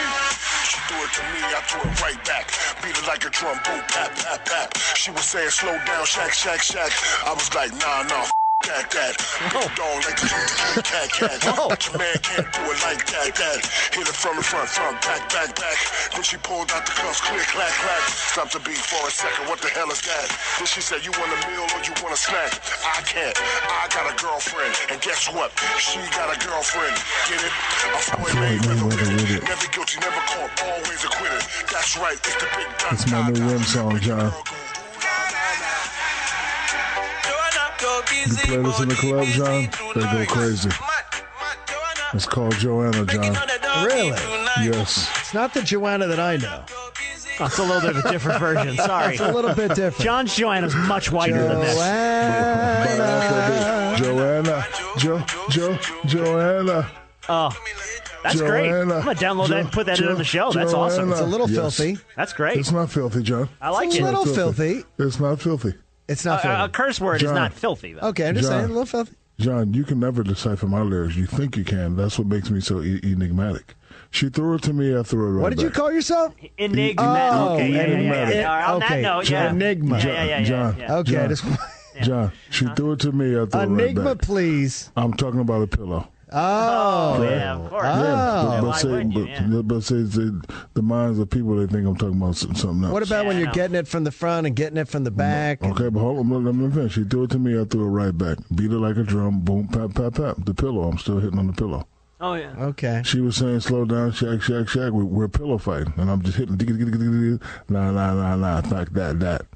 Speaker 18: She threw it to me, I threw it right back. Beat it like a drum, boom, pat, pat, pat. She was saying, slow down, shack, shack, shack. I was like, nah, nah. f- That, that.
Speaker 5: Oh.
Speaker 18: Big dog like a cat, cat. But your man can't do it like that, that. Hit it from the front, front, back, back, back. Then she pulled out the cuffs, clear, clack, clack. Stopped the beat for a second, what the hell is that? Then she said, you want a meal or you want a snack? I can't. I got a girlfriend. And guess what? She got a girlfriend. Get it? A Floyd Mayweather with it. Never guilty, never caught, always acquitted. That's right, it's the big dot,
Speaker 5: It's my new rim song, John. You play this in the club, John, they go crazy. It's called Joanna, John.
Speaker 3: Really?
Speaker 5: Yes.
Speaker 3: It's not the Joanna that I know.
Speaker 8: That's a little bit of a different version. Sorry,
Speaker 3: It's a little bit different.
Speaker 8: John's Joanna's much whiter than this.
Speaker 5: By Afrobeat. Joanna. Jo, Jo, Joanna.
Speaker 8: Oh, that's great. I'm
Speaker 5: Joanna.
Speaker 8: gonna download that and put that
Speaker 5: Jo-
Speaker 8: in the show. That's awesome.
Speaker 5: Joanna.
Speaker 3: It's a little
Speaker 5: Yes.
Speaker 3: filthy.
Speaker 8: That's great.
Speaker 5: It's not filthy, John.
Speaker 8: I like
Speaker 3: It's a
Speaker 8: it.
Speaker 3: little filthy.
Speaker 5: It's not filthy.
Speaker 3: It's not filthy.
Speaker 8: A, a curse word is
Speaker 5: John.
Speaker 8: not filthy though.
Speaker 3: okay, I'm just
Speaker 5: John.
Speaker 3: saying, a little filthy.
Speaker 5: John, you can never decipher my lyrics. You think you can. That's what makes me so e- enigmatic. She threw it to me. I threw it right
Speaker 3: What did you
Speaker 5: back.
Speaker 3: call yourself?
Speaker 8: Enigmatic.
Speaker 3: Oh,
Speaker 8: okay, yeah, yeah, yeah,
Speaker 3: enigmatic.
Speaker 8: yeah, yeah. On that
Speaker 3: Okay,
Speaker 8: note, yeah.
Speaker 3: enigma.
Speaker 8: Yeah, yeah, yeah, yeah,
Speaker 5: John.
Speaker 8: yeah.
Speaker 3: Okay,
Speaker 5: John,
Speaker 3: this-
Speaker 5: John, she threw it to me. I threw it
Speaker 3: enigma,
Speaker 5: right back.
Speaker 3: please.
Speaker 5: I'm talking about a pillow.
Speaker 3: Oh,
Speaker 8: Oh, yeah, of
Speaker 5: but,
Speaker 8: course. Yeah,
Speaker 5: but
Speaker 8: why
Speaker 5: say,
Speaker 8: wouldn't you?
Speaker 5: but,
Speaker 8: Yeah.
Speaker 5: but say the, the minds of people, they think I'm talking about some- something else.
Speaker 3: what about when
Speaker 8: Yeah, I
Speaker 3: you're
Speaker 8: know.
Speaker 3: getting it from the front and getting it from the back?
Speaker 5: Mm, Okay, but hold on, let me finish. She threw it to me, I threw it right back. Beat it like a drum, boom, pap, pap, pap. The pillow, I'm still hitting on the pillow.
Speaker 8: Oh yeah.
Speaker 3: Okay.
Speaker 5: She was saying, "Slow down, shack, shack, shack." We, we're pillow fighting, and I'm just hitting. digga, digga, digga, digga. Nah, nah, nah, nah. Knock that, that.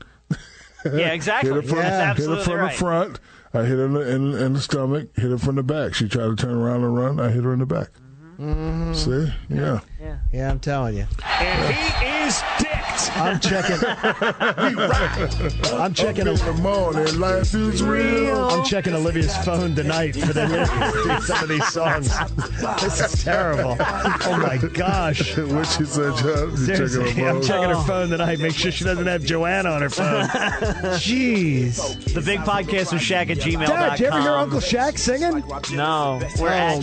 Speaker 8: Yeah, exactly.
Speaker 5: Hit her from,
Speaker 8: That's
Speaker 5: hit her
Speaker 8: absolutely
Speaker 5: from
Speaker 8: right.
Speaker 5: the front. I hit her in the, in, in the stomach. Hit her from the back. She tried to turn around and run. I hit her in the back.
Speaker 3: Mhm.
Speaker 5: See? Yeah.
Speaker 3: yeah. I'm telling you.
Speaker 16: And he is dicked.
Speaker 3: I'm checking. I'm checking.
Speaker 5: Up in the morning, life is real.
Speaker 3: I'm checking Olivia's phone tonight for the lyrics to some of these songs. This is terrible. Oh my gosh.
Speaker 5: what she said, John? You
Speaker 3: Seriously,
Speaker 5: checking her
Speaker 3: I'm checking her
Speaker 5: phone?
Speaker 3: phone tonight. Make sure she doesn't have Joanna on her phone. Jeez.
Speaker 8: The big podcast with Shaq at gmail.com.
Speaker 3: Dad, you ever hear Uncle Shaq singing?
Speaker 8: No, we're
Speaker 3: Oh, man.
Speaker 8: at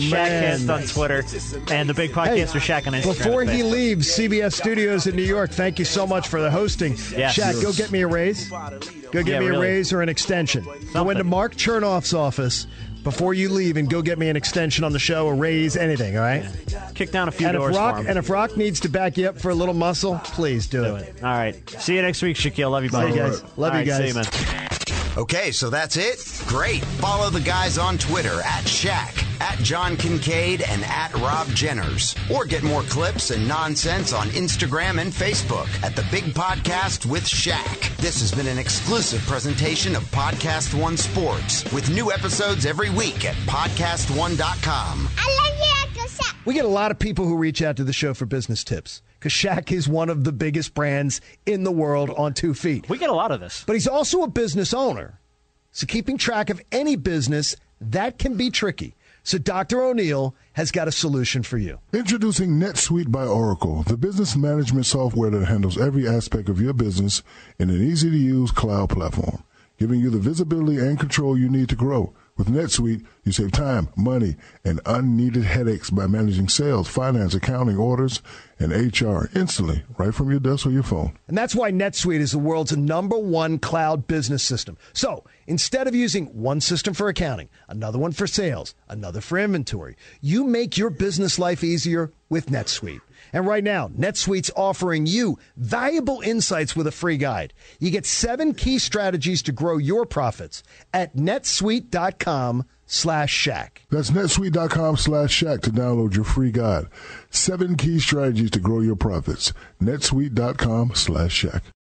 Speaker 8: Shaqcast on Twitter, and the big podcast with Shaq on Instagram.
Speaker 3: Before he
Speaker 8: Thanks.
Speaker 3: leaves CBS Studios in New York, thank you so much for the hosting.
Speaker 8: Yes.
Speaker 3: Shaq, go get me a raise. Go get
Speaker 8: Yeah,
Speaker 3: me a
Speaker 8: really.
Speaker 3: raise or an extension. Go into Mark Chernoff's office before you leave and go get me an extension on the show, a raise, anything, all right?
Speaker 8: kick down a few
Speaker 3: And if
Speaker 8: doors
Speaker 3: Rock
Speaker 8: for him.
Speaker 3: and if Rock needs to back you up for a little muscle, please do, it.
Speaker 8: All right. See you next week, Shaquille. Love you,
Speaker 3: See
Speaker 8: buddy.
Speaker 3: you guys. Love
Speaker 8: All
Speaker 3: you
Speaker 8: right,
Speaker 3: guys.
Speaker 8: See you, man.
Speaker 2: Okay, so that's it. Great. Follow the guys on Twitter at Shaq, at John Kincaid, and at Rob Jenners. Or get more clips and nonsense on Instagram and Facebook at The Big Podcast with Shaq. This has been an exclusive presentation of Podcast One Sports with new episodes every week at podcastone.com.
Speaker 3: We get a lot of people who reach out to the show for business tips because Shaq is one of the biggest brands in the world on two feet.
Speaker 8: We get a lot of this.
Speaker 3: But he's also a business owner. So keeping track of any business, that can be tricky. So Dr. O'Neill has got a solution for you.
Speaker 5: Introducing NetSuite by Oracle, the business management software that handles every aspect of your business in an easy to use cloud platform, giving you the visibility and control you need to grow. With NetSuite, you save time, money, and unneeded headaches by managing sales, finance, accounting, orders, and HR instantly, right from your desk or your phone.
Speaker 3: And that's why NetSuite is the world's number one cloud business system. So instead of using one system for accounting, another one for sales, another for inventory, you make your business life easier with NetSuite. And right now, NetSuite's offering you valuable insights with a free guide. You get seven key strategies to grow your profits at netsuite.com slash shack.
Speaker 5: That's netsuite.com slash shack to download your free guide. Seven key strategies to grow your profits. netsuite.com slash shack.